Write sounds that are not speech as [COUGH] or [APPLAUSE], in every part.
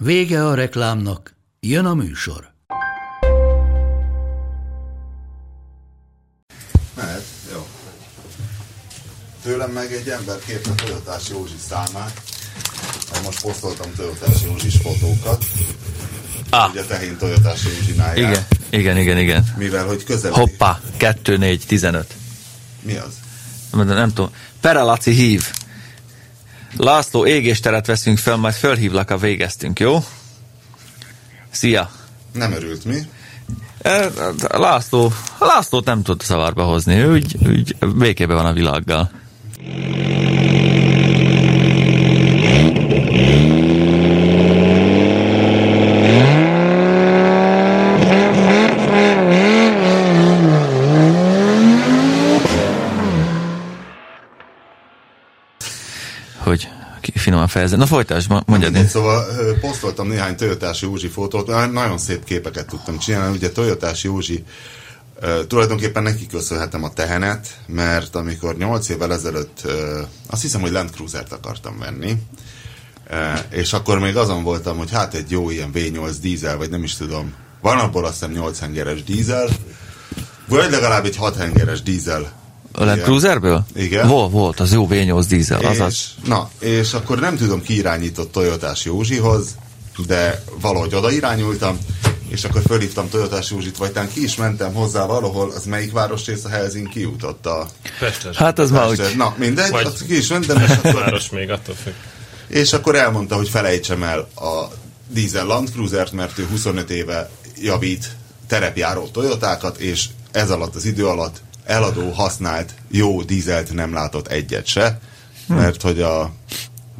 Vége a reklámnak, jön a műsor. Mehet, jó. Tőlem meg egy ember kérte Toyotás Józsi számát. Mert most posztoltam Toyotás Józsis fotókat. Ah. Ugye tehén Toyotás Józsinál jár. Igen, igen, igen, igen. Mivel, hogy közel. Hoppá, 2, 4, 15. Mi az? Nem, nem tudom. Peralaci hív. László, égésteret veszünk fel, majd fölhívlak, a végeztünk, jó? Szia! Nem örült mi. E, László, Lászlót nem tud szavarba hozni, ő úgy, úgy békében van a világgal. Hogy ki- finoman fejezem. Na folytasd, ma- mondjad. Mindegy, én- szóval ö, posztoltam néhány Toyotás Józsi fotót, mert nagyon szép képeket tudtam csinálni. Ugye Toyotás Józsi, ö, tulajdonképpen neki köszönhetem a tehenet, mert amikor 8 évvel ezelőtt ö, azt hiszem, hogy Land Cruiser-t akartam venni, ö, és akkor még azon voltam, hogy hát egy jó ilyen V8 dízel, vagy nem is tudom, van abból azt hiszem 8 hengeres dízel, vagy legalább egy 6 hengeres dízel A Land Igen. Cruiserből? Igen. Volt, volt, az jó V8 dízel, az az. És, na, és akkor nem tudom, ki irányított Toyotás Józsihoz, de valahogy oda irányultam, és akkor fölhívtam Toyotás Józsit, vagy talán ki is mentem hozzá valahol, az melyik városrész a Helsinki jutott a... Pestes. Hát az már úgy. Na, mindegy, Vagy- azt ki is mentem, és akkor Város még attól függ. és akkor elmondta, hogy felejtsem el a Diesel Land Cruisert, mert ő 25 éve javít terepjáró Toyotákat, és ez alatt az idő alatt eladó, használt, jó dízelt nem látott egyet se, mert hogy a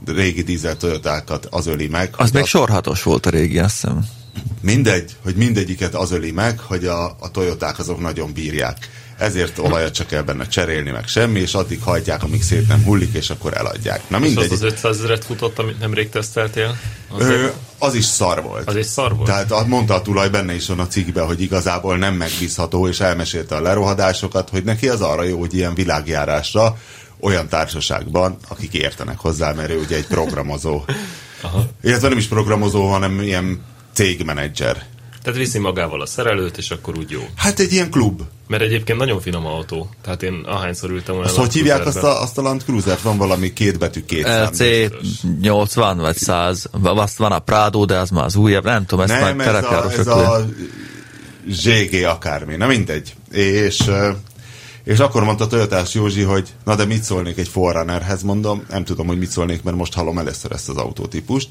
régi dízel Toyotákat az öli meg. Az hogy még a- sorhatos volt a régi, azt hiszem. Mindegy, hogy mindegyiket az öli meg, hogy a, a Toyoták azok nagyon bírják. Ezért olajat csak kell benne cserélni, meg semmi, és addig hajtják, amíg szét nem hullik, és akkor eladják. Na És az mindegy. az 500 ezeret futott, amit nemrég teszteltél? Az, Ö, egy, az is szar volt. az egy szar volt? Tehát a- mondta a tulaj benne is van a cikkben, hogy igazából nem megbízható, és elmesélte a lerohadásokat, hogy neki az arra jó, hogy ilyen világjárásra olyan társaságban, akik értenek hozzá, mert ő ugye egy [LAUGHS] programozó. Aha. Illetve nem is programozó, hanem ilyen cégmenedzser. Tehát viszi magával a szerelőt, és akkor úgy jó. Hát egy ilyen klub. Mert egyébként nagyon finom autó. Tehát én ahányszor ültem olyan... Azt hogy hívják azt Cruiserben. a, azt a Land Cruiser-t? Van valami kétbetű két szám. LC80 vagy 100, v- azt van a Prado, de az már az újabb, nem tudom, ezt Nem, már ez a, ez terepjárosok a ZG akármi, na mindegy. És, ö, és akkor mondta Toyotás Józsi, hogy na de mit szólnék egy Forerunnerhez, mondom, nem tudom, hogy mit szólnék, mert most hallom először ezt az autótípust.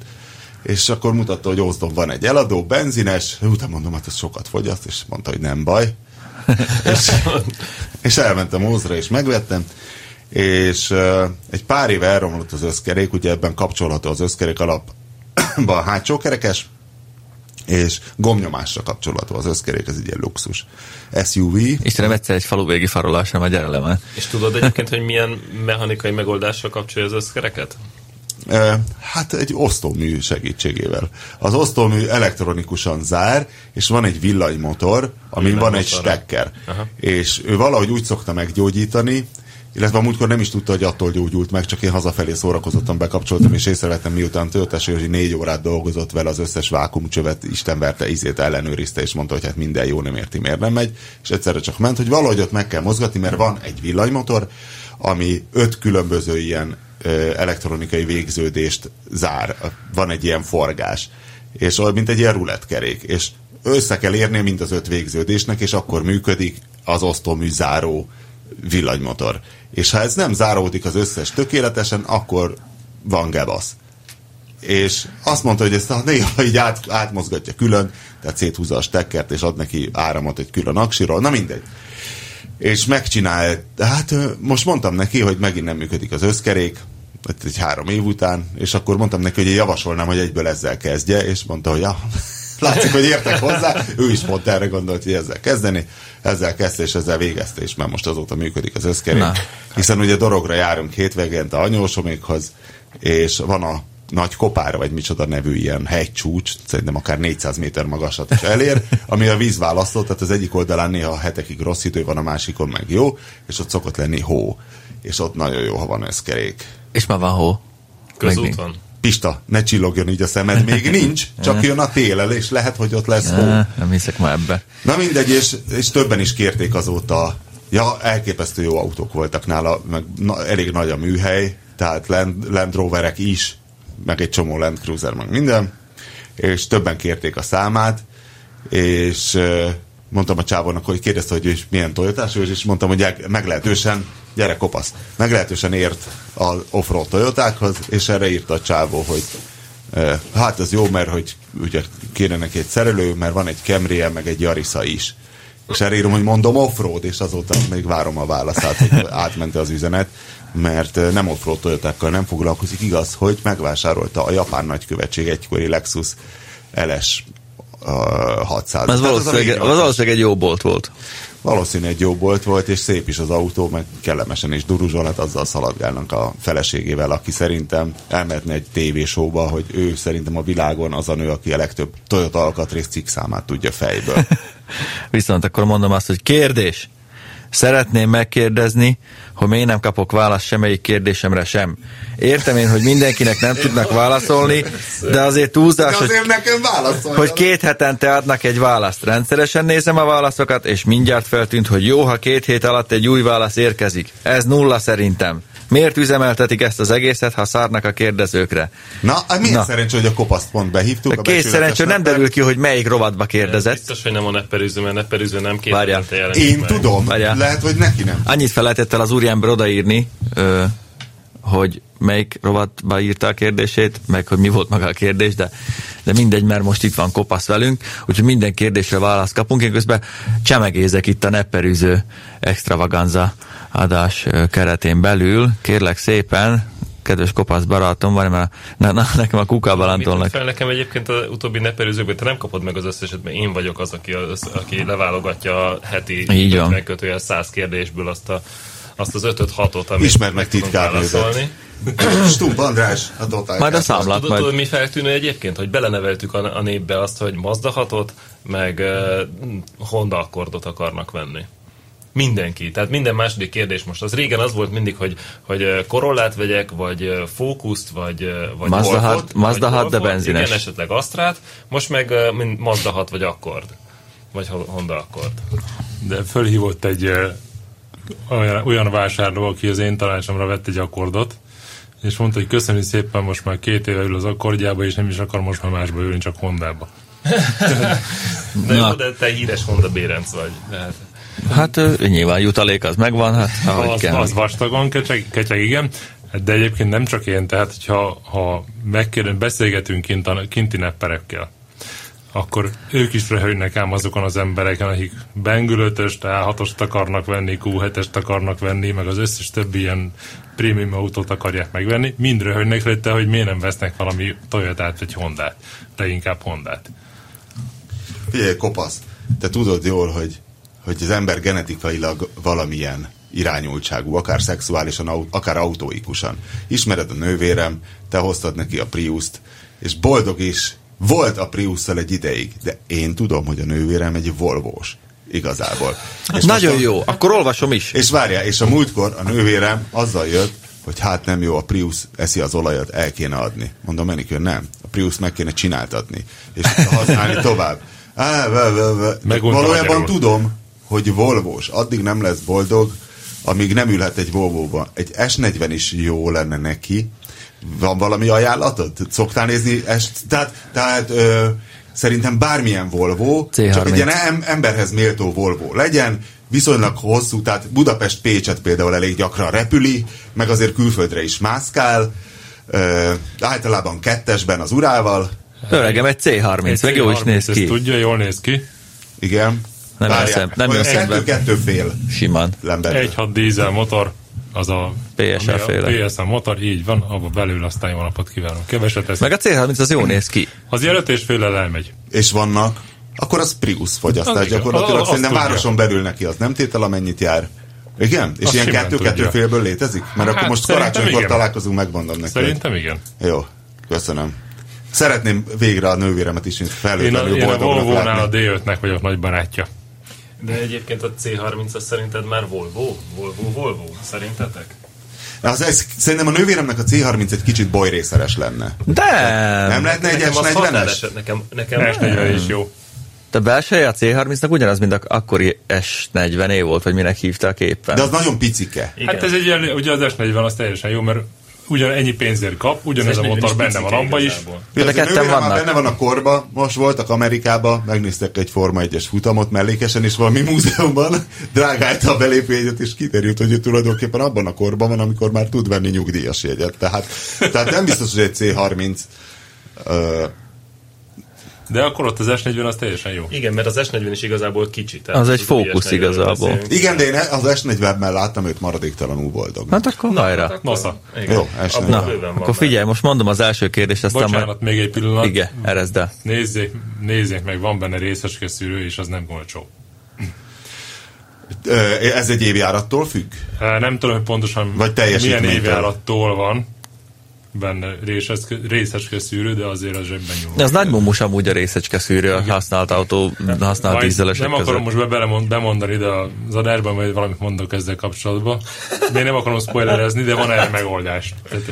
És akkor mutatta, hogy Ózdon van egy eladó, benzines, utána mondom, hát ez sokat fogyaszt, és mondta, hogy nem baj. és, és elmentem Ózra, és megvettem, és ö, egy pár éve elromlott az összkerék, ugye ebben kapcsolható az összkerék [COUGHS] alapban a hátsó kerekes, és gomnyomásra kapcsolható az összkerék, ez egy ilyen luxus SUV. Istenem, egyszer egy falu végi farolásra megy gyere le már. És tudod egyébként, hogy milyen mechanikai megoldással kapcsolja az összkereket? Ö, Hát egy osztómű segítségével. Az osztómű elektronikusan zár, és van egy villanymotor, amin van egy Villanymotorra. stekker. És ő valahogy úgy szokta meggyógyítani, illetve a múltkor nem is tudta, hogy attól gyógyult meg, csak én hazafelé szórakozottan bekapcsoltam, és észrevettem, miután Töltes Józsi négy órát dolgozott vele, az összes vákumcsövet Isten verte, ízét ellenőrizte, és mondta, hogy hát minden jó, nem érti, miért nem megy, és egyszerre csak ment, hogy valahogy ott meg kell mozgatni, mert van egy villanymotor, ami öt különböző ilyen ö, elektronikai végződést zár, van egy ilyen forgás, és olyan, mint egy ilyen rulettkerék, és össze kell érnie mind az öt végződésnek, és akkor működik az osztómű záró villanymotor. És ha ez nem záródik az összes tökéletesen, akkor van gebasz. És azt mondta, hogy ezt néha így át, átmozgatja külön, tehát széthúzza a stekkert, és ad neki áramot egy külön aksiról, na mindegy és megcsinált, hát ö, most mondtam neki, hogy megint nem működik az összkerék, ott egy három év után, és akkor mondtam neki, hogy én javasolnám, hogy egyből ezzel kezdje, és mondta, hogy ja, [LAUGHS] látszik, hogy értek hozzá, ő is pont erre gondolt, hogy ezzel kezdeni, ezzel kezdte, és ezzel végezte, és már most azóta működik az összkerék. Na. Hiszen ugye dorogra járunk hétvégente anyósomékhoz, és van a nagy kopára, vagy micsoda nevű ilyen hegycsúcs, szerintem akár 400 méter magasat is elér, ami a vízválasztó, tehát az egyik oldalán néha hetekig rossz idő van, a másikon meg jó, és ott szokott lenni hó, és ott nagyon jó, ha van összkerék. És már van hó. Megnéz- Közúton. Pista, ne csillogjon így a szemed, még nincs, csak jön a télel, és lehet, hogy ott lesz hó. Á, Nem hiszek már ebbe. Na mindegy, és, és többen is kérték azóta. Ja, elképesztő jó autók voltak nála, meg na, elég nagy a műhely, tehát Land, Land Roverek is, meg egy csomó Land Cruiser, meg minden, és többen kérték a számát, és ö, mondtam a csávónak, hogy kérdezte, hogy ő is milyen toyotás ő, és mondtam, hogy eg- meglehetősen, gyere kopasz, meglehetősen ért az offroad toyotákhoz, és erre írta a csávó, hogy ö, hát ez jó, mert hogy ugye kéne neki egy szerelő, mert van egy Camry-e, meg egy Yarisza is. És erre írom, hogy mondom offroad, és azóta még várom a válaszát, hogy átment az üzenet, mert ö, nem offroad toyotákkal nem foglalkozik. Igaz, hogy megvásárolta a japán nagykövetség egykori Lexus LS ö, 600. Az Tehát az, ami valószínűleg, így van. az valószínűleg egy jó bolt volt. Valószínű egy jó bolt volt, és szép is az autó, meg kellemesen is duruzsol, hát azzal szaladgálnak a feleségével, aki szerintem elmehetne egy tévésóba, hogy ő szerintem a világon az a nő, aki a legtöbb Toyota alkatrész cikk számát tudja [LAUGHS] fejből. Viszont akkor mondom azt, hogy kérdés. Szeretném megkérdezni, hogy miért nem kapok választ semmelyik kérdésemre sem. Értem én, hogy mindenkinek nem tudnak válaszolni, de azért De túlzás, hogy, azért nekem válaszol. hogy két hetente adnak egy választ. Rendszeresen nézem a válaszokat, és mindjárt feltűnt, hogy jó, ha két hét alatt egy új válasz érkezik. Ez nulla szerintem. Miért üzemeltetik ezt az egészet, ha szárnak a kérdezőkre? Na, hát milyen Na. szerencsé, hogy a kopaszt pont behívtuk. A két becsületes szerencső nem naptár. derül ki, hogy melyik rovatba kérdezett. Biztos, hogy nem a nepperűző, mert nepperűző nem két Várjál. hetente jelenik Én meg. tudom, Várjál. lehet, hogy neki [COUGHS] nem. Annyit felejtett el az úriember odaírni, ö, hogy melyik rovatba írta a kérdését, meg hogy mi volt maga a kérdés, de, de mindegy, mert most itt van kopasz velünk, úgyhogy minden kérdésre választ kapunk. Én közben csemegézek itt a nepperűző extravaganza adás ö, keretén belül. Kérlek szépen, kedves kopasz barátom, van, mert na, na, nekem a kukába Mit tűnt lántolnak. fel nekem egyébként az utóbbi nepperűzőkből, te nem kapod meg az összeset, mert én vagyok az, aki, az, aki leválogatja a heti Így van. 50 kötőjel 100 kérdésből azt, a, azt az 5-6-ot, amit Ismerd meg tudunk titkárnődet. válaszolni. Stump András, a Dotál. Majd a Tudod, számlát tudod, majd. mi feltűnő egyébként, hogy beleneveltük a, a népbe azt, hogy Mazda 6-ot, meg uh, Honda Accordot akarnak venni. Mindenki. Tehát minden második kérdés most. Az régen az volt mindig, hogy, hogy ö, korollát vegyek, vagy ö, fókuszt, vagy, ö, vagy Mazda Golfot, hat- Mazda vagy hat, de Golfot, benzines. Igen, esetleg Asztrát. Most meg ö, mind Mazda 6 vagy Accord. Vagy Ho- Honda Accord. De fölhívott egy ö, olyan, olyan vásárló, aki az én tanácsomra vett egy akkordot, és mondta, hogy köszönjük szépen, most már két éve ül az akkordjába, és nem is akar most már másba ülni, csak Hondába. De, Na. jó, de te híres Honda Bérenc vagy. Tehát. Hát ö, nyilván jutalék az megvan, hát ahogy Az, kell. az vastagon, kecseg, kecseg, igen. De egyébként nem csak én, tehát hogyha ha megkérdem, beszélgetünk kint a, kinti nepperekkel, akkor ők is röhögnek ám azokon az embereken, akik bengülötöst, A6-ost akarnak venni, Q7-est akarnak venni, meg az összes többi ilyen prémium autót akarják megvenni. Mind röhögnek lette, hogy miért nem vesznek valami Toyotát vagy Hondát, de inkább Hondát. Figyelj, kopasz, te tudod jól, hogy, hogy az ember genetikailag valamilyen irányultságú, akár szexuálisan, au- akár autóikusan. Ismered a nővérem, te hoztad neki a Priuszt, és boldog is volt a Priusszal egy ideig, de én tudom, hogy a nővérem egy Volvós. Igazából. És Nagyon most a- jó, akkor olvasom is. És várjál, és a múltkor a nővérem azzal jött, hogy hát nem jó, a Prius eszi az olajat, el kéne adni. Mondom, Enikő, nem. A Prius meg kéne csináltatni, és használni tovább. Á, ve, ve, ve. Megmondta Valójában magyarul. tudom, hogy Volvós. Addig nem lesz boldog, amíg nem ülhet egy Volvóba. Egy S40 is jó lenne neki. Van valami ajánlatod? Szoktál nézni? S... Tehát, tehát ö, szerintem bármilyen Volvo, C30. csak egy ilyen em- emberhez méltó Volvo legyen, viszonylag hosszú, tehát Budapest-Pécset például elég gyakran repüli, meg azért külföldre is mászkál, ö, általában kettesben az urával, Öregem, egy C30, meg jó is néz Ezt ki. tudja, jól néz ki. igen. Nem jön szem- nem jön kettő, szembe. kettő fél Simán. ember. Egy hat dízel motor, az a PSA ami a féle. PSA motor, így van, abba belül aztán jó napot kívánunk. Keveset ez. Meg a C30 az jó néz ki. Az ilyen öt és félel elmegy. és vannak, akkor az Prius fogyasztás. Az igen. Gyakorlatilag Az- az szerintem tudja. városon belül neki az nem tétel, amennyit jár. Igen? És Azt ilyen simán kettő-kettő tudja. félből létezik? Mert akkor Hát, most szerintem karácsonykor igen. találkozunk, megmondom neki. Szerintem igen. hogy- Jó, köszönöm. Szeretném végre a nővéremet is Én a, felvétlenül én a boldognak Volvo-nál a látni. D5-nek vagyok nagy barátja. De egyébként a C30 az szerinted már Volvo? Volvo, Volvo, szerintetek? Az, ez, szerintem a nővéremnek a C30 egy kicsit bojrészeres lenne. De! Nem lehetne egy Nekem az 40-es? 60 nekem, nekem S40 is jó. A belseje a C30-nak ugyanaz, mint a akkori S40 volt, vagy minek hívták éppen. De az nagyon picike. Igen. Hát ez egy ilyen, ugye az S40 az teljesen jó, mert ugyan ennyi pénzért kap, ugyanez a S40 is motor benne van picike abban is. igazából. De Az ketten nővérem már vannak. Benne van a korba, most voltak Amerikába, megnéztek egy Forma 1-es futamot mellékesen, és valami múzeumban [LAUGHS] drágálta a belépőjegyet, és kiderült, hogy ő tulajdonképpen abban a korban van, amikor már tud venni nyugdíjas jegyet. Tehát, tehát nem biztos, hogy egy C30 ö, De akkor ott az S40 az teljesen jó. Igen, mert az S40 is igazából kicsi. tehát Az egy az fókusz S40 -ről igazából. beszélünk. igen, de én e- az s 40 mel láttam őt maradéktalanul boldog. Hát akkor Na, hajrá. Nosza. Igen. Jó, S40. Abban Na, bőven van Akkor figyelj, most mondom az első kérdést, aztán Bocsánat, hát- még egy pillanat. majd... Igen, erezd el. Nézzék, nézzék meg, van benne részecske szűrő, és az nem olcsó. Ö, Ez egy évjárattól függ? Hát Nem tudom, hogy pontosan Vagy milyen teljesítménytől. évjárattól van benne részecske, részecske szűrő, de azért az zsebben nyúl. Az nagy mumus amúgy a részecske szűrő, a használt autó, használt Majd dízelesek nem akarom között. most be belemond, bemondani ide az adásban, vagy valamit mondok ezzel kapcsolatban. De én nem akarom spoilerezni, de van erre megoldás. Tehát,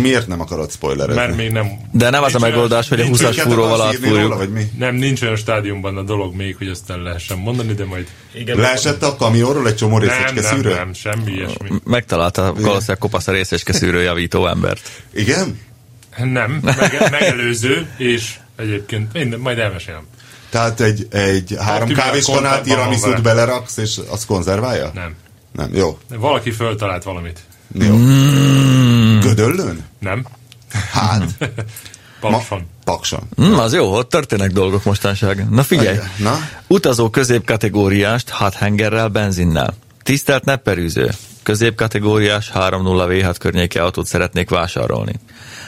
Miért nem akarod spoilerezni? mert még nem... De nem az a nincs olyan- megoldás, hogy a nincs- 20-as Minket fúróval akarsz írni róla, átfúrjuk. vagy mi? Nem, nincs olyan stádiumban a dolog még, hogy ezt el lehessen mondani, de majd... Igen, Leesett a kamionról egy csomó Nem, részecske nem, szűrő? nem, semmi Oh. ilyesmi. Megtalálta valószínűleg kopasz a részecske szűrőjavító embert. Igen? Nem, mege- megelőző, és egyébként minden, majd elmesélem. Tehát egy, egy három tüdők kávés kanál kontaktban tiramisút van vele. beleraksz, és az konzerválja? Nem. Nem, jó. Valaki föltalált valamit. jó. Mm. Gödöllőn? Nem? [LAUGHS] Hát, Papson. pakson. Hm, az jó, ott történnek dolgok mostanság. Na figyelj! Na? Utazó középkategóriást hathengerrel benzinnel. Tisztelt nepperűző! Középkategóriás 3.0 V6 környéke autót szeretnék vásárolni.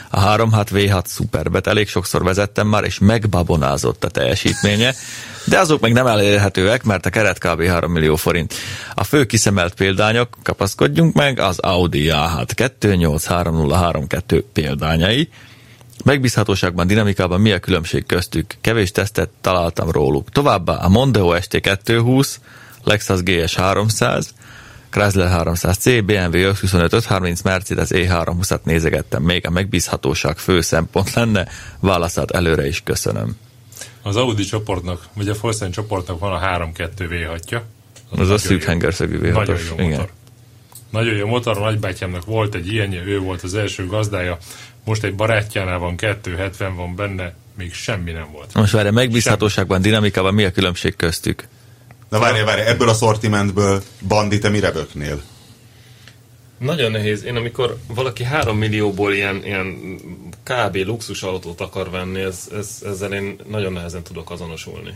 A 3.6 V6 szuperbet elég sokszor vezettem már, és megbabonázott a teljesítménye, de azok meg nem elérhetőek, mert a keret kb. 3 millió forint. A fő kiszemelt példányok, kapaszkodjunk meg, az Audi A6 283032 példányai, Megbízhatóságban, dinamikában mi a különbség köztük? Kevés tesztet találtam róluk. Továbbá a Mondeo ST220, Lexus GS300, Chrysler 300C, BMW 525-530, Mercedes E320-at nézegettem. Még a megbízhatóság fő szempont lenne. Válaszát előre is köszönöm. Az Audi csoportnak, vagy a Volkswagen csoportnak van a 3-2 v 6 Ez a szűk hengerszögű v Nagyon jó Igen. motor. Nagyon jó motor, a nagybátyámnak volt egy ilyenje, ő volt az első gazdája, most egy barátjánál van, 270 van benne, még semmi nem volt. Most várj, megbízhatóságban, dinamikában mi a különbség köztük? Na várj, várj, ebből a szortimentből Bandi, te mire böknél? Nagyon nehéz. Én amikor valaki 3 millióból ilyen, ilyen kb. luxus autót akar venni, ez, ez, ezzel én nagyon nehezen tudok azonosulni.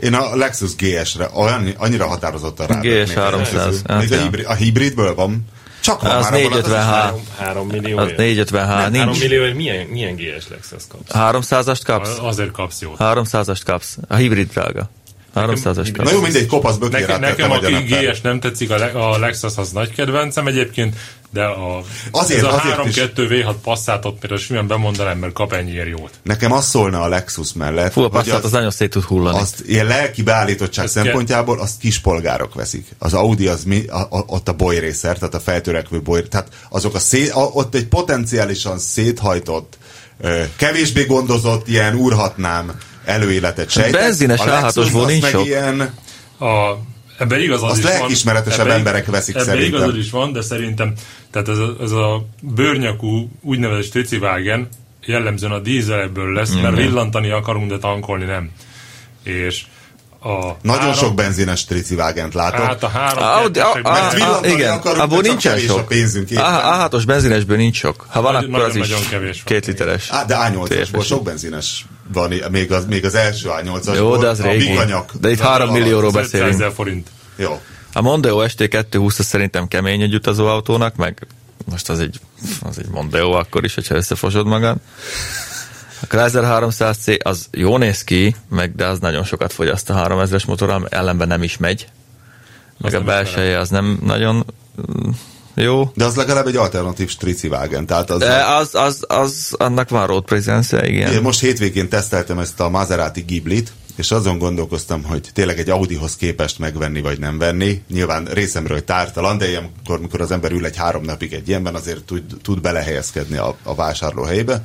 Én a Lexus GS-re olyan, annyira határozottan rá. GS 300, hát Még a, ja. hibrid, a hibridből van? Csak van Az már abban az- 453. 3, 3 millió. Az 453. 3 Nincs. millió, hogy milyen, milyen GS Lexus kapsz? 300-ast kapsz? Azért kapsz jót. 300-ast kapsz. A hibrid drága. 300-ast Na kapsz. jó, mindegy, kopasz hát bökére Nekem, áttette nekem a magyar naptár. GS nem tetszik, a, Le- a Lexus az nagy kedvencem egyébként, de a, Azért, ez a azért is. 3-2 V6 passzátot például simán bemondanám, mert kap ennyiért jót. Nekem az szólna a Lexus mellett, Fú, a hogy Passat az nagyon szét tud hullani. azt ilyen lelki beállítottság Ez szempontjából azt kispolgárok veszik. Az Audi az mi, a, a, ott a bolyrészer, tehát a feltörekvő boly, tehát azok a, szé, a ott egy potenciálisan széthajtott, ö, kevésbé gondozott, ilyen úrhatnám előéletet sejtett. Benzines A Lexus A6-osból az nincs meg sok. Ilyen, A, ebben igazad Azt is van. lelkiismeretesebb ebben ig- emberek veszik ebben szerintem. igazad is van, de szerintem tehát ez a, ez a bőrnyakú úgynevezett sticivágen jellemzően a dízelből lesz, Mhm. mert villantani akarunk, de tankolni nem. És a nagyon három- sok benzines tricivágent látok. Hát a három A Audi, a, a, Mert a, villantani igen, akarunk, abból de csak nincsen kevés a sok. pénzünk, A, éppen. a A6-os benzinesből nincs sok. Ha van, Nagyon- akkor az is nagyon-nagyon kevés van. két literes. Á, de A8-asból TFS. sok benzines van, még az, még az első A8-asból. Jó, de az a régi. bikanyak. De itt három millióról beszélünk. 500 forint. Jó. A Mondeo ST220 az szerintem kemény egy utazóautónak, meg most az egy, az egy Mondeo akkor is, hogyha összefosod magad. A Chrysler 300C az jó néz ki, meg de az nagyon sokat fogyaszt a 3000-es motorral, ellenben nem is megy. Meg nem a is belseje az nem nagyon mm, jó. De az legalább egy alternatív strici vágen. Tehát az, De az, az, az, annak van road presence igen. Én most hétvégén teszteltem ezt a Maserati Ghiblit, és azon gondolkoztam, hogy tényleg egy Audihoz képest megvenni vagy nem venni. Nyilván részemről tártalan, de ilyenkor, mikor az ember ül egy három napig egy ilyenben, azért tud, tud belehelyezkedni a, a vásárlóhelybe.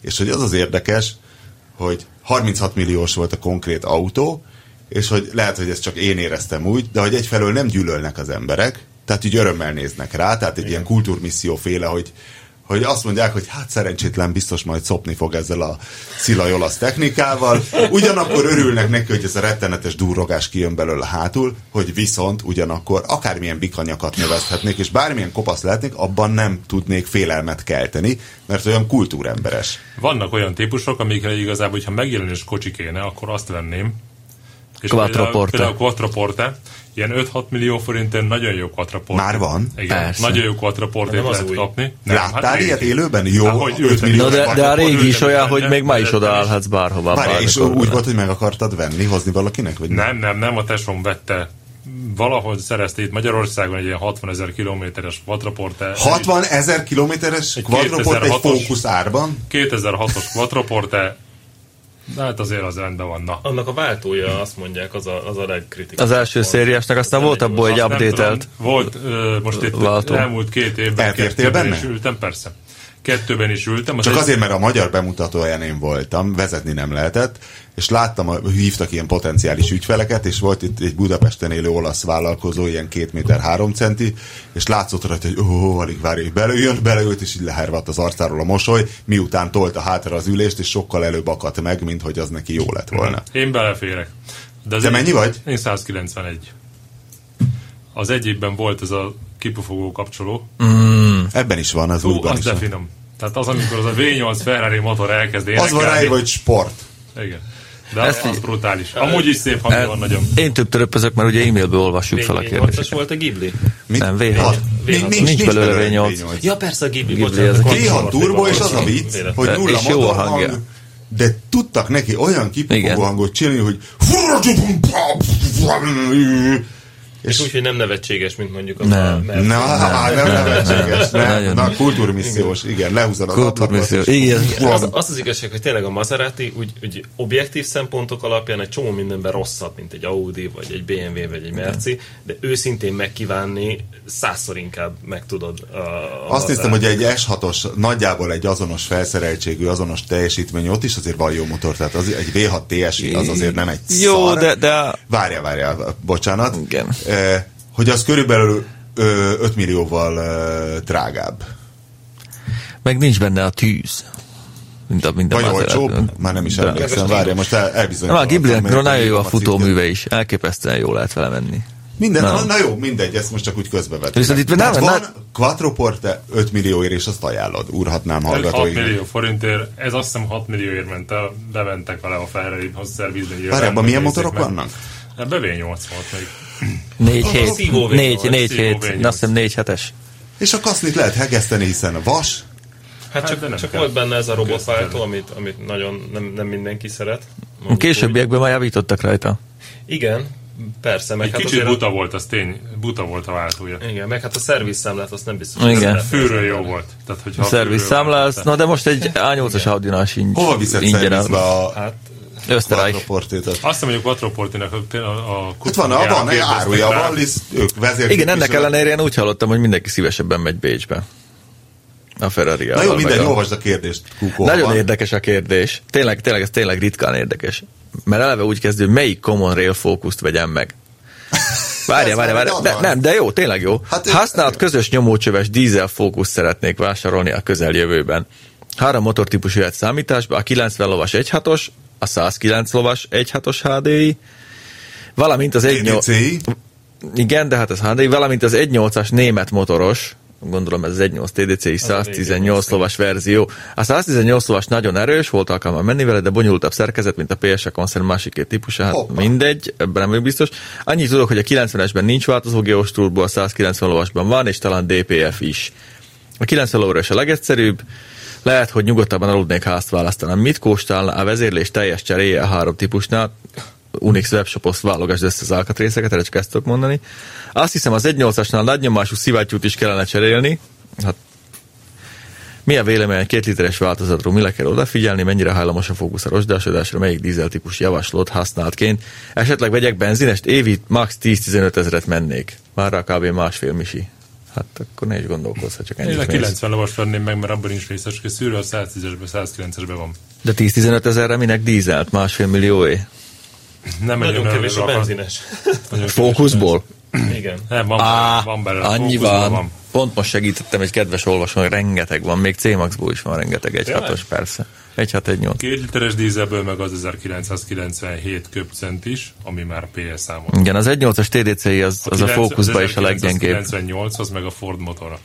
És hogy az az érdekes, hogy 36 milliós volt a konkrét autó, és hogy lehet, hogy ezt csak én éreztem úgy, de hogy egyfelől nem gyűlölnek az emberek, tehát így örömmel néznek rá, tehát egy ilyen kultúrmisszió féle, hogy hogy azt mondják, hogy hát szerencsétlen biztos majd szopni fog ezzel a szilajolasz technikával, ugyanakkor örülnek neki, hogy ez a rettenetes durrogás kijön belőle hátul, hogy viszont ugyanakkor akármilyen bikanyakat nevezhetnék, és bármilyen kopasz lehetnék, abban nem tudnék félelmet kelteni, mert olyan kultúremberes. Vannak olyan típusok, amikre igazából, hogyha megjelenős kocsi kéne, akkor azt venném. És Quattroporte. Például, például quattroporte. Ilyen 5-6 millió forintért nagyon jó quattroporte. Már van? Igen, Persze. nagyon jó De quattroportét nem az lehet új. kapni. Nem, Láttál hát régi. ilyet élőben? Jó, Hát, hogy öt ültem millió Na de, de a forint. régi is olyan, hogy még ma is Mellettem is. odaállhatsz bárhova. Várj, és bármikor. úgy volt, hogy meg akartad venni, hozni valakinek? Vagy Nem, nem, nem, a tesóm vette valahogy szerezte itt Magyarországon egy ilyen 60 ezer kilométeres quattroporte. 60 ezer kilométeres Egy quadroport egy 2006-os fókusz árban? 2006-os quattroporte, de hát azért az rendben van. Na. Annak a váltója, azt mondják, az a, az a legkritikus. Az első szériásnak aztán volt abból egy Azt nem updatelt. tudom, Volt ö, most itt Váltó. elmúlt két évben. Eltértél kettőben benne? Is ültem, persze. Kettőben is ültem. Az Csak egy- azért, mert a magyar bemutatóján én voltam, vezetni nem lehetett, és láttam, a- hívtak ilyen potenciális ügyfeleket, és volt itt egy Budapesten élő olasz vállalkozó, ilyen két méter három centi, és látszott rajta, hogy ó, oh, alig várja, hogy belőjön, belőjött, és így lehervadt az arcáról a mosoly, miután tolta hátra az ülést, és sokkal előbb akadt meg, mint hogy az neki jó lett volna. Én beleférek. De az Te egy- mennyi vagy? Én 191. Az egyikben volt ez a kipufogó kapcsoló. Ebben is van, az Ú, újban az is. de van. finom. Tehát az, amikor az a V8 Ferrari motor elkezd Az énekelni. van ráírva, hogy sport. Igen. De az, az brutális. Amúgy is szép E- hangja van nagyon. Én több töröpözök, mert ugye e-mailből olvassuk fel a V8-as kérdést. volt a Ghibli? Mit? Nem, V6. Hat. V6. Nincs, nincs, Nincs nincs belőle belőle V8. V8. Ja, perse a Ghibli, Ghibli, bocsánat. az a akkor Ghibli. G6 volt turbo, még és az a valami. vicc, Véletlen. hogy nulla És jó a motor hangja. hang, de tudtak neki olyan Igen. kipufogó hangot csinálni, hogy És úgy, hogy nem nevetséges, mint mondjuk az Nem. a Mercedes. Na, hát nem nevetséges, ne? Nagyon Na, nem. kultúrmissziós, igen, lehúzod az Kultúrmisszió. ablakot, és- Igen. Az, az az igazság, hogy tényleg a Maserati úgy, úgy objektív szempontok alapján egy csomó mindenben rosszabb, mint egy Audi, vagy egy BMW, vagy egy Merci, de őszintén megkívánni százszor inkább meg tudod. A, a Azt néztem, Maserati. hogy egy S6-os, nagyjából egy azonos felszereltségű, azonos teljesítmény, ott is azért van jó motor, tehát az, egy V6 TSI az azért nem egy Jó, szar. de, de Várjál, várjál, bocsánat. Igen. Eh, hogy az körülbelül ö, 5 millióval ö, drágább. meg nincs benne a tűz. Mint a, mint a Vagy Maserati-ben. olcsóbb? Már nem is De- emlékszem. Várjál, most el, Na, elbizonyítom. a Ghibli-nek nagyon jó a futóműve is. Elképesztően jól lehet vele menni. Minden, Nem. na, na jó, mindegy, ezt most csak úgy közbevetem. Viszont itt Tehát nem- van nem- Quattroporte 5 millióért, és azt ajánlod. Úrhatnám 6 hallgatóig. millió forintért, ez azt hiszem 6 millióért ment el, bementek vele a Ferrari hosszervizbe. Várjál, abban milyen motorok vannak? Ebben V8 volt még. Négy hét. szívóvény Négy, volt, négy hét. szívóvény Azt volt. hiszem négy hetes. És a kasznit lehet hegeszteni, hiszen a vas, Hát Hát, de csak, nem csak kell. volt benne ez a robotváltó, amit, amit nagyon nem, nem mindenki szeret. A mondjuk úgy. későbbiekben már javítottak rajta. Igen, persze, meg Egy hát kicsit azért, buta volt, az tény, buta volt a váltója. igen, meg hát a szervizszámlát azt nem biztos, Igen. lehet. Fűről jó volt. Tehát, hogyha A fűről szerviz váltott, számlás. Na, de most egy A8-as Audi-nál sincs. hova viszed ingyen a- szervizbe a Hát Österreich. Quattroportétot? Azt hiszem, hogy a Quattroportinak a, a, a Hát van, a, van, egy áruja, van, liszt, ők vezér. Igen, ennek ellenére én úgy hallottam, hogy mindenki szívesebben megy Bécsbe. A ferrari Na jó, mindegy, olvasd a kérdést, Kukó. Nagyon érdekes a kérdés. Tényleg, tényleg, ez tényleg ritkán érdekes. Mert eleve úgy kezdő, hogy melyik common rail fókuszt [LAUGHS] vegyem meg. Várja, Ez várja, már egy várja. De, advanced. nem, de jó, tényleg jó. Hát Hát ő- Használt közös nyomócsöves dízel fókuszt szeretnék vásárolni a közeljövőben. Három motortípus jöhet számításba, a 90 lovas 1.6-os, a 109 lovas 1.6-os HDI, valamint az 1.8... DDCI, Igen, de hát ez HDI, valamint az 1.8-as német motoros, gondolom ez az 1.8 TDC és Az a 118 lovas verzió. A 118 lovas nagyon erős, volt alkalma menni vele, de bonyolultabb szerkezet, mint a PSA konszern másik két típusa, hát Hoppa. Hoppa. mindegy, ebben nem vagyok biztos. Annyit tudok, hogy a 90-esben nincs változó geos turbo, a 190 lovasban van, és talán DPF is. A 90 lóra is a legegyszerűbb, lehet, hogy nyugodtabban aludnék, ha azt választanám. Mit kóstolna a vezérlés teljes cseréje a három típusnál? Unix webshopos válogasd össze az alkatrészeket, erre csak ezt tudok mondani. Azt hiszem az 1.8-asnál nagy nyomású szivattyút is kellene cserélni. Hát, mi a vélemény a két literes változatról? Mire kell odafigyelni? Mennyire hajlamos a fókusz a rozsdásodásra? Melyik dízeltípus javaslott használtként? Esetleg vegyek benzinest? Évi max 10-15 ezeret mennék. Már rá kb. másfél misi. Hát akkor ne is gondolkozz, ha csak Én a ennyit mész. 90 lovas venném meg, mert abban nincs részecske szűrő, a 110-esben, 109-esben van. De 10-15 ezerre minek dízelt? Másfél millióé? Nem egy Nagyon olyan kevés a rakar- [CLEARS THROAT] benzines. nagyon kevés. Fókuszból? Igen. Nem, van, Á, belőle, van belőle. annyi fókuszból van. van. Pont most segítettem egy kedves olvasón, rengeteg van, még C-Maxból is van rengeteg, egy Tényleg? hatos persze. Egy hat, egy nyolc. Két literes dízelből meg az 1997 köpcent is, ami már PS számol. Igen, az 1.8-as TDC az, az a 9 fókuszban is a leggyengébb. 1998 az meg a Ford motora.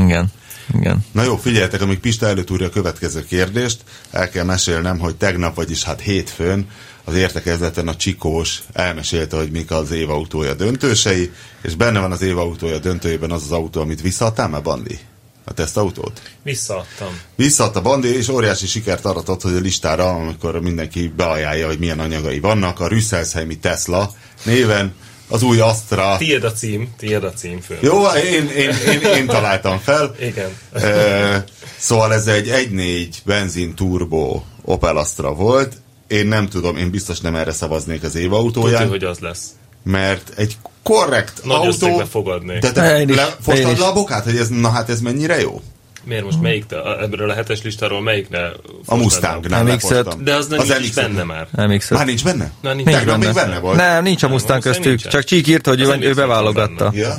Igen, igen. Na jó, figyeljetek, amíg Pista előtt újra a következő kérdést, el kell mesélnem, hogy tegnap, vagyis hát hétfőn az értekezleten a Csikós elmesélte, hogy mik az Éva autója döntősei, és benne van az Éva autója döntőjében az az autó, amit visszaadtál már, Bandi? A tesztautót? Visszaadtam. Visszaadta Bandi, és óriási sikert aratott, hogy a listára, amikor mindenki beajánlja, hogy milyen anyagai vannak, a Rüsszelsheimi Tesla néven az új Astra. Tiéd a cím, tiéd a cím fő. Jó, én, én, én, én találtam fel. Igen. E, szóval ez egy 1.4 benzin turbo Opel Astra volt. Én nem tudom, én biztos nem erre szavaznék az év Tudja, autóján, hogy az lesz. mert egy korrekt Nagy autó... összegbe fogadnék. De te Én is, le, én fostad is. le a bokát, hogy ez, na hát ez mennyire jó? Miért most melyik, te- a- ebből a hetes listáról melyik ne? A Mustangnál MX-et. lefostam. De az nem az nincs is MX-et. benne már. MX Már nincs benne? Na, nincs Tegnap benne. még benne volt. Nem, nincs a Mustang Nem, Mustang köztük, nincsen. csak Csík írta, hogy Az ő, ő emlékszem, van beválogatta. benne. Ja?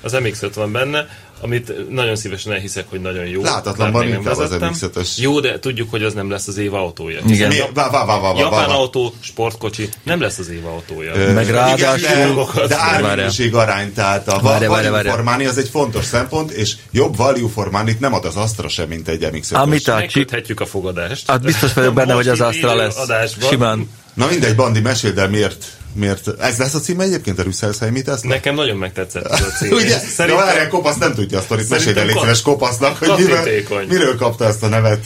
Az MX-5 van benne, amit nagyon szívesen elhiszek, hogy nagyon jó. Láthatatlanban Bár még nem inkább az vezettem. MX-5-ös. Jó, de tudjuk, hogy az nem lesz az év autója. Igen. Mi? Vá, vá, vá, vá, vá, Japán vá, vá. autó, sportkocsi, nem lesz az év autója. Meg ráadásul- Igen, de- dolgokat. de Várjál. árminőség arány, tehát a Várjál, va- várjál, value várjál. for money az egy fontos szempont, és jobb value for money nem ad az Astra sem, mint egy mx Amit a Csík... Megköthetjük a fogadást. Hát biztos vagyok benne, hogy Most az így Astra élő lesz. adásban Simán. Na mindegy, Bandi, meséld el, miért, miért. Ez lesz a címe egyébként a Rüsszelszhely, mit ezt? Nekem nagyon megtetszett ez a cím. [LAUGHS] Ugye? Szerintem... De várjál, Szerintem Kopasz nem tudja a sztorit, meséld el Szerintem légy kat- szíves Kopasznak, hogy miről, kattintékony. miről kapta ezt a nevet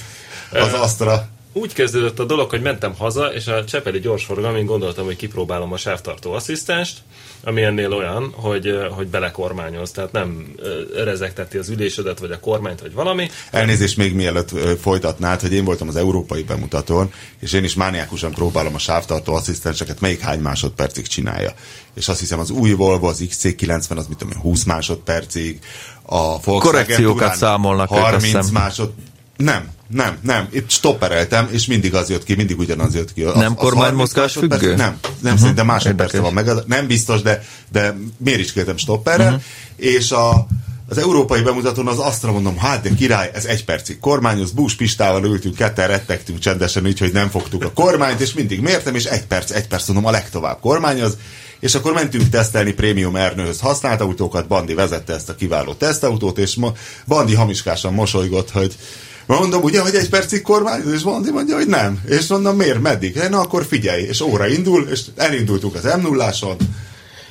az Astra. úgy kezdődött a dolog, hogy mentem haza, és a Csepeli gyorsforgalmin gondoltam, hogy kipróbálom a sávtartó asszisztenst, ami ennél olyan, hogy, ö, hogy belekormányoz, tehát nem ö, rezegteti az ülésedet, vagy a kormányt, vagy valami. Elnézést még mielőtt ö, folytatnád, hogy én voltam az európai bemutatón, és én is mániákusan próbálom a sávtartó asszisztenseket, melyik hány másodpercig csinálja. És azt hiszem az új Volvo, az XC90, az mit tudom én, 20 másodpercig, a Volkswagen Korrekciókat Turán számolnak ők, azt 30 hiszem. másod... Nem, nem, nem. Itt stoppereltem, és mindig az jött ki, mindig ugyanaz jött ki. Az, Nem az 30 kormánymozgás másodperc- függő? Nem, nem uh-huh. szerintem másodperce Érdekes. van meg. az- Nem biztos, de, de miért is kértem stopperrel. Uh-huh. És a, az európai bemutatón az Astra mondom, hát de király, ez egy percig kormányoz, Bús Pistával ültünk, ketten rettegtünk csendesen, úgyhogy nem fogtuk a kormányt, és mindig mértem, és egy perc, egy perc mondom, a legtovább kormányoz. És akkor mentünk tesztelni prémium Ernőhöz használt autókat, Bandi vezette ezt a kiváló tesztautót, és ma Bandi hamiskásan mosolygott, hogy Mondom, ugye, hogy egy percig kormányoz, és Bandi mondja, hogy nem. És mondom, miért, meddig? Na, akkor figyelj, és óra indul, és elindultunk az m 0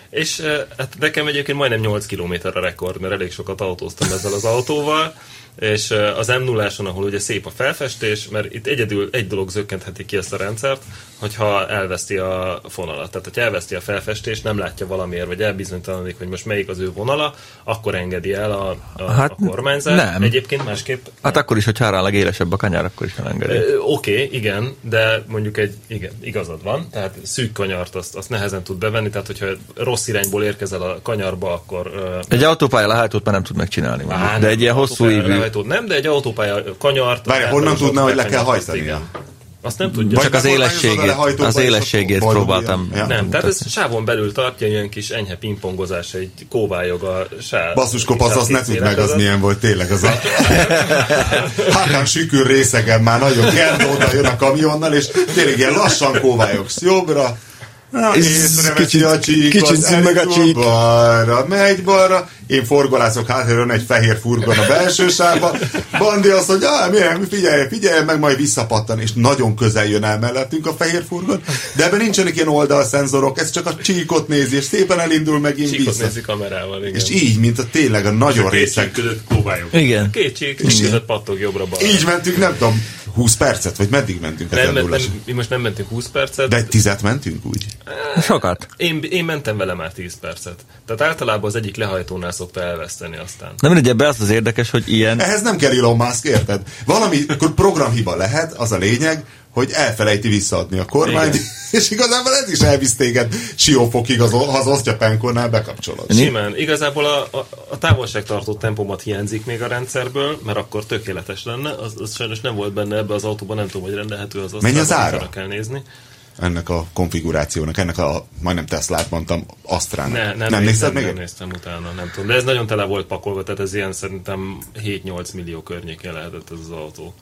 És eh, hát nekem egyébként majdnem 8 km a rekord, mert elég sokat autóztam ezzel az autóval, és eh, az m 0 ahol ugye szép a felfestés, mert itt egyedül egy dolog zökkentheti ki ezt a rendszert, hogyha elveszti a fonalat. Tehát, hogyha elveszti a felfestést, nem látja valamiért, vagy elbizonytalanodik, hogy most melyik az ő vonala, akkor engedi el a, a, Hát a kormányzás. nem. Egyébként másképp Hát akkor is, hogy hárálag élesebb a kanyár, akkor is elengedi. Ö, Oké, okay, igen, de mondjuk egy, igen, igazad van, tehát szűk kanyart azt, azt nehezen tud bevenni, tehát hogyha rossz irányból érkezel a kanyarba, akkor... ö, Egy autópálya lehajtót már nem tud megcsinálni. mondjuk. á, de nem, egy ilyen hosszú autópálya ívű. lehajtót nem, de egy autópálya kanyart... Várjál, az honnan általános tudná, hogy le kell autópályát, azt hajtania? igen. Azt nem tudja. Vagy Csak Csak az Megkormányozod a élességét, lehajtóba, az és akkor élességét boldog próbáltam. ilyen. Ja. nem, tehát mutatni. ez sávon belül tartja ilyen kis enyhe pingpongozás, egy kóvályog a sáv. Basszus kopasz, azt ne tudd meg, az milyen volt tényleg az [LAUGHS] a... Hátán sükül részegen már nagyon kell, oda jön a kamionnal, és tényleg ilyen lassan kóvályogsz jobbra, Ez kicsit- kicsit zümmög a csík. Balra, megy balra. Én forgalászok hátulról egy fehér furgon a belső sávba. Bandi azt mondja, "Á, milyen, figyelj, figyelj, meg majd visszapattan, és nagyon közel jön el mellettünk a fehér furgon. De ebben nincsenek ilyen oldalszenzorok, ez csak a csíkot nézi, és szépen elindul megint Csíkot vissza. nézi kamerával, igen. És így, mint a tényleg a nagyon részek részeg. között próbáljuk. Igen. Két csík, és között pattog jobbra-balra. Így mentünk, nem tudom, 20 percet, vagy meddig mentünk Nem, ezen nem, nullás? nem, mi most nem mentünk 20 percet, De De... egy tizet mentünk úgy? Sokat. én, én mentem vele már 10 percet. Tehát általában az egyik lehajtónál szokta elveszteni aztán. Na mindegy, ebbe az az érdekes, hogy ilyen... Ehhez nem kell Elon Musk, érted? Valami akkor programhiba lehet, az a lényeg, hogy elfelejti visszaadni a kormányt, Igen. [LAUGHS] és igazából ez is elvisz téged siófokig, az, ha az osztyapenkornál bekapcsolod. Simán. Igazából a, a, a távolságtartó tempomat hiányzik még a rendszerből, mert akkor tökéletes lenne. Az, az sajnos nem volt benne ebbe az autóban, nem tudom, hogy rendelhető az asztalban. Mennyi az ára? utána kell nézni. Ennek a konfigurációnak, ennek a, majdnem Teslát mondtam, Astrának. Ne, nem, nem nézted néztem, még? nem néztem utána, nem tudom. De ez nagyon tele volt pakolva, tehát ez ilyen szerintem 7-8 millió környékén lehetett ez az autó.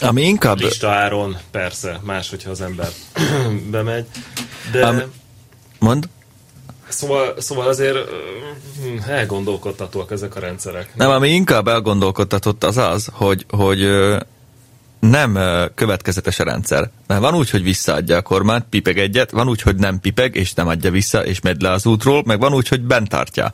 Ami inkább... Lista áron, persze, más, hogyha az ember [CLEARS THROAT] bemegy. De... Ám- Mond? Szóval, szóval azért ö, elgondolkodtatóak ezek a rendszerek. Nem, ami inkább elgondolkodtatott az az, hogy, hogy ö, nem ö, következetes a rendszer. Mert van úgy, hogy visszaadja a kormányt, pipeg egyet, van úgy, hogy nem pipeg, és nem adja vissza, és megy le az útról, meg van úgy, hogy bent tartja.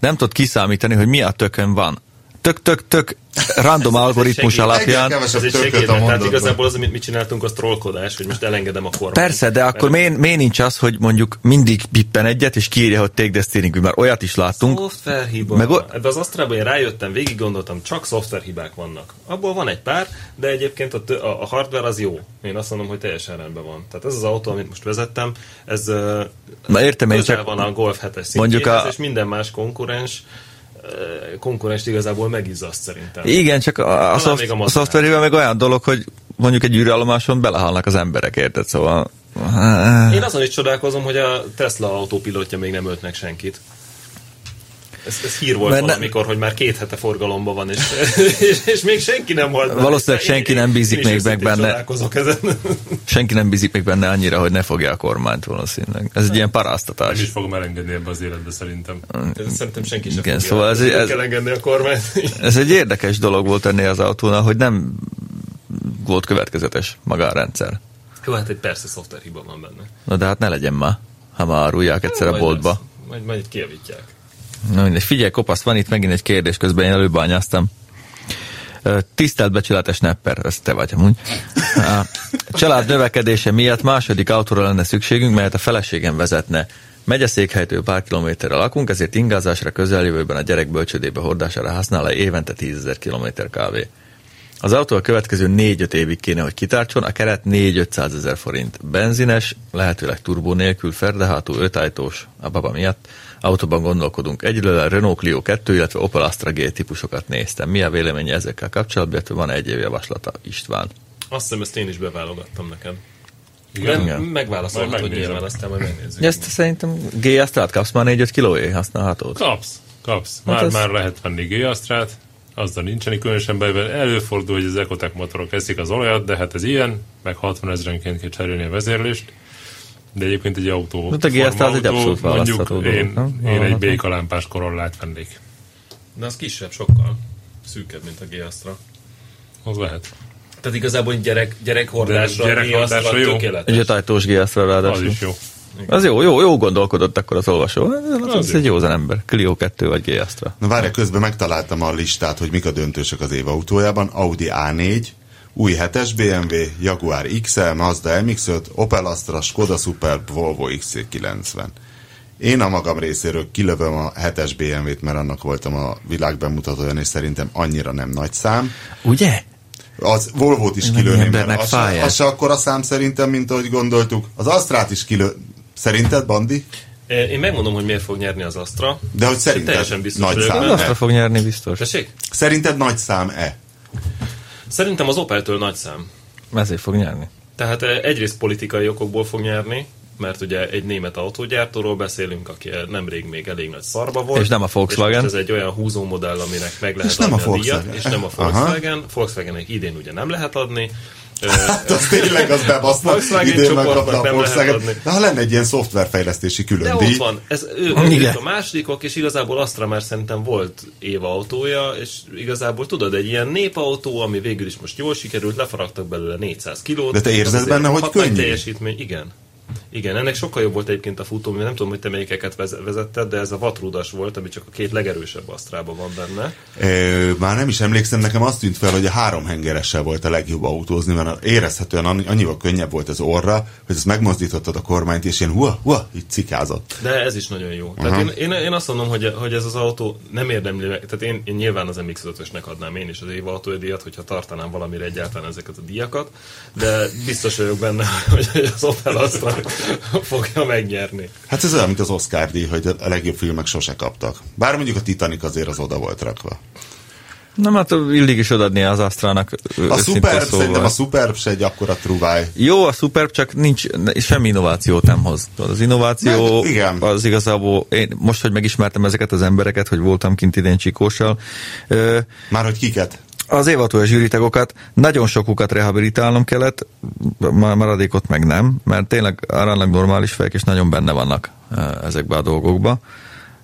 Nem tudod kiszámítani, hogy mi a tökön van. Tök-tök-tök random algoritmus segít. alapján. Egyel Ez kevesebb egy tököt a segédben, tehát mondatban. igazából az, amit mi csináltunk, az trollkodás, hogy most elengedem a kormányt. Persze, de akkor miért, miért nincs az, hogy mondjuk mindig pippen egyet, és kiírja, hogy take the steering wheel, mert olyat is láttunk. Szóval Szoftverhiba. Meg Meg o- De az Astrában én rájöttem, végig gondoltam, csak szoftverhibák vannak. Abból van egy pár, de egyébként a, tö- a, a hardware az jó. Én azt mondom, hogy teljesen rendben van. Tehát ez az autó, amit most vezettem, ez ö, Na értem én, közel csak van a Golf 7-es mondjuk mondjuk a- a... és minden más konkurens ö, konkurenst igazából megizzaszt szerintem. Igen, csak a, a, Talán szoft, még a a, Mazda. szoftverében meg olyan dolog, hogy mondjuk egy űrállomáson belehalnak az emberek, érted? Szóval... Én azon is csodálkozom, hogy a Tesla autópilotja még nem ölt meg senkit. Ez, ez hír volt Mert ne- valamikor, hogy már két hete forgalomban van, és, [LAUGHS] és, és még senki nem halt meg. Valószínűleg senki nem bízik Én még is meg őszintén benne. Csodálkozok ezen. [LAUGHS] Senki nem bízik még benne annyira, hogy ne fogja a kormányt valószínűleg. Ez egy ilyen Nem is paráztatás. fogom elengedni ebbe az életbe szerintem. Ez szerintem senki sem Igen, fogja. szóval ez- Nem ez- kell engedni a kormányt. [LAUGHS] Ez egy érdekes dolog volt ennél az autónál, hogy nem volt következetes maga a rendszer. Jó, hát egy persze szoftverhiba van benne. Na de hát ne legyen ma, ha már árulják egyszer a Majd boltba. lesz. Majd, majd kiavítják. Na mindegy, figyelj, kopasz, van itt megint egy kérdés, közben én előbb anyáztam. Ö, Tisztelt becsületes nepper, ez te vagy amúgy. A család növekedése miatt második autóra lenne szükségünk, melyet a feleségem vezetne. Megyeszékhelytől pár kilométerre lakunk, ezért ingázásra közeljövőben a gyerek bölcsödébe hordására használ el évente 10.000 km kávé. Az autó a következő 4-5 évig kéne, hogy kitártson, a keret 4-500 ezer forint. Benzines, lehetőleg turbó nélkül, ferdehátú, ötájtós, a baba miatt. Autóban gondolkodunk. Egyelőre a Renault Clio 2, illetve Opel Astra G típusokat néztem. Mi a véleménye ezekkel kapcsolatban, illetve van egy év javaslata István. Azt hiszem, ezt én is beválogattam neked. Igen. De Igen. Megválaszolhatod, Majd hogy megnézem. nyilván aztán majd megnézzük. Ezt szerintem G Astrát kapsz már 4-5 kilóé használhatót. Kapsz, kapsz. Már, ez- már lehet venni G-Astrát, azzal nincsen különösen bajban. Előfordul, hogy az Ecotec motorok eszik az olajat, de hát ez ilyen, meg 60 ezrenként kell cserélni a vezérlést. De egyébként egy autó. Hát a G-Astra az forma egy autó, abszolút Mondjuk választható dolog, én, nem? én egy Aha. békalámpás korollát vennék. De az kisebb sokkal. Szűkebb, mint a g Astra. Az lehet. Tehát igazából gyerek, gyerekhordásra, De gyerekhordásra gyerekhordásra jó. tökéletes. Egy ötájtós G Astra Az ráadásul. is jó. Az jó, jó, jó gondolkodott akkor az olvasó. Ez, Az ez jó. egy józan ember. Clio 2 vagy G Astra. Na várj, közben megtaláltam a listát, hogy mik a döntősök az év autójában. Audi A4, új 7-es BMW, Jaguar XL, Mazda MX-5, Opel Astra, Skoda Superb, Volvo XC90. Én a magam részéről kilövöm a 7-es BMW-t, mert annak voltam a világ bemutatóján, és szerintem annyira nem nagy szám. Ugye? Az Volvo-t is Mennyi kilőném, embernek mert az, se- fáj ez? az se akkor a szám szerintem, mint ahogy gondoltuk. Az Astrát is kilő... Szerinted, Bandi? Én megmondom, hogy miért fog nyerni az Astra. De hogy szerinted Teljesen biztos nagy vagyok szám. benne. Az Astra fog nyerni biztos. Tessék? Szerinted nagy szám-e? Szerintem az Opeltől nagy szám. Ezért fog nyerni. Tehát eh, egyrészt politikai okokból fog nyerni, mert ugye egy német autógyártóról beszélünk, aki eh, nemrég még elég nagy szarba volt. És nem a Volkswagen. És most ez egy olyan húzó modell, aminek meg lehet És nem adni a Volkswagen. díjat, és nem a Aha. Volkswagen. Volkswagenek idén ugye nem lehet adni. Hát az tényleg az bebasznak, Volkswagen idén megkapta csoportnak a nem lehet országot. adni. De ha lenne egy ilyen szoftverfejlesztési külön De díj, ott van, ez, ő, Igen. ők a másodikok, és igazából Astra már szerintem volt Éva autója, és igazából tudod, egy ilyen népautó, ami végül is most jól sikerült, lefaragtak belőle 400 kilót. De te érzed Az azért benne, hogy hat nagy könnyű? teljesítmény, igen. Igen, ennek sokkal jobb volt egyébként a futó, mert nem tudom, hogy te melyikeket vez- vezetted, de ez a vatrudas volt, ami csak a két legerősebb asztrában van benne. Ö, már nem is emlékszem, nekem azt tűnt fel, hogy a három hengeressel volt a legjobb autózni, mert érezhetően anny- annyival könnyebb volt az orra, hogy ezt megmozdítottad a kormányt, és én hua, hua, így cikázott. De ez is nagyon jó. Tehát én, én, én, azt mondom, hogy, hogy ez az autó nem érdemli meg. Tehát én, én nyilván az MX-5-ösnek adnám én is az év autódíjat, hogyha tartanám valamire egyáltalán ezeket a díjakat, de biztos vagyok benne, [LAUGHS] hogy hogy az Opel Astra fogja megnyerni. Hát ez olyan, mint az Oscar díj, hogy a legjobb filmek sose kaptak. Bár mondjuk a Titanic azért az oda volt rakva. Nem, hát illik is odaadni az Astrának. A őszintén Superb, szólva. szerintem a Superb se egy akkora truváj. szóval. Jó a szuper, csak nincs, ne- semmi innovációt nem hoz. Tudod, Az innováció Nem, igen. az igazából, én most, hogy megismertem ezeket az embereket, hogy voltam kint idén Csikóssal, ö, Már hogy kiket? az évatója zsűritagokat, nagyon sokukat rehabilitálnom kellett, ma- maradékot meg nem, mert tényleg aránylag normális fejek, és nagyon benne vannak ö, ezekbe a dolgokba.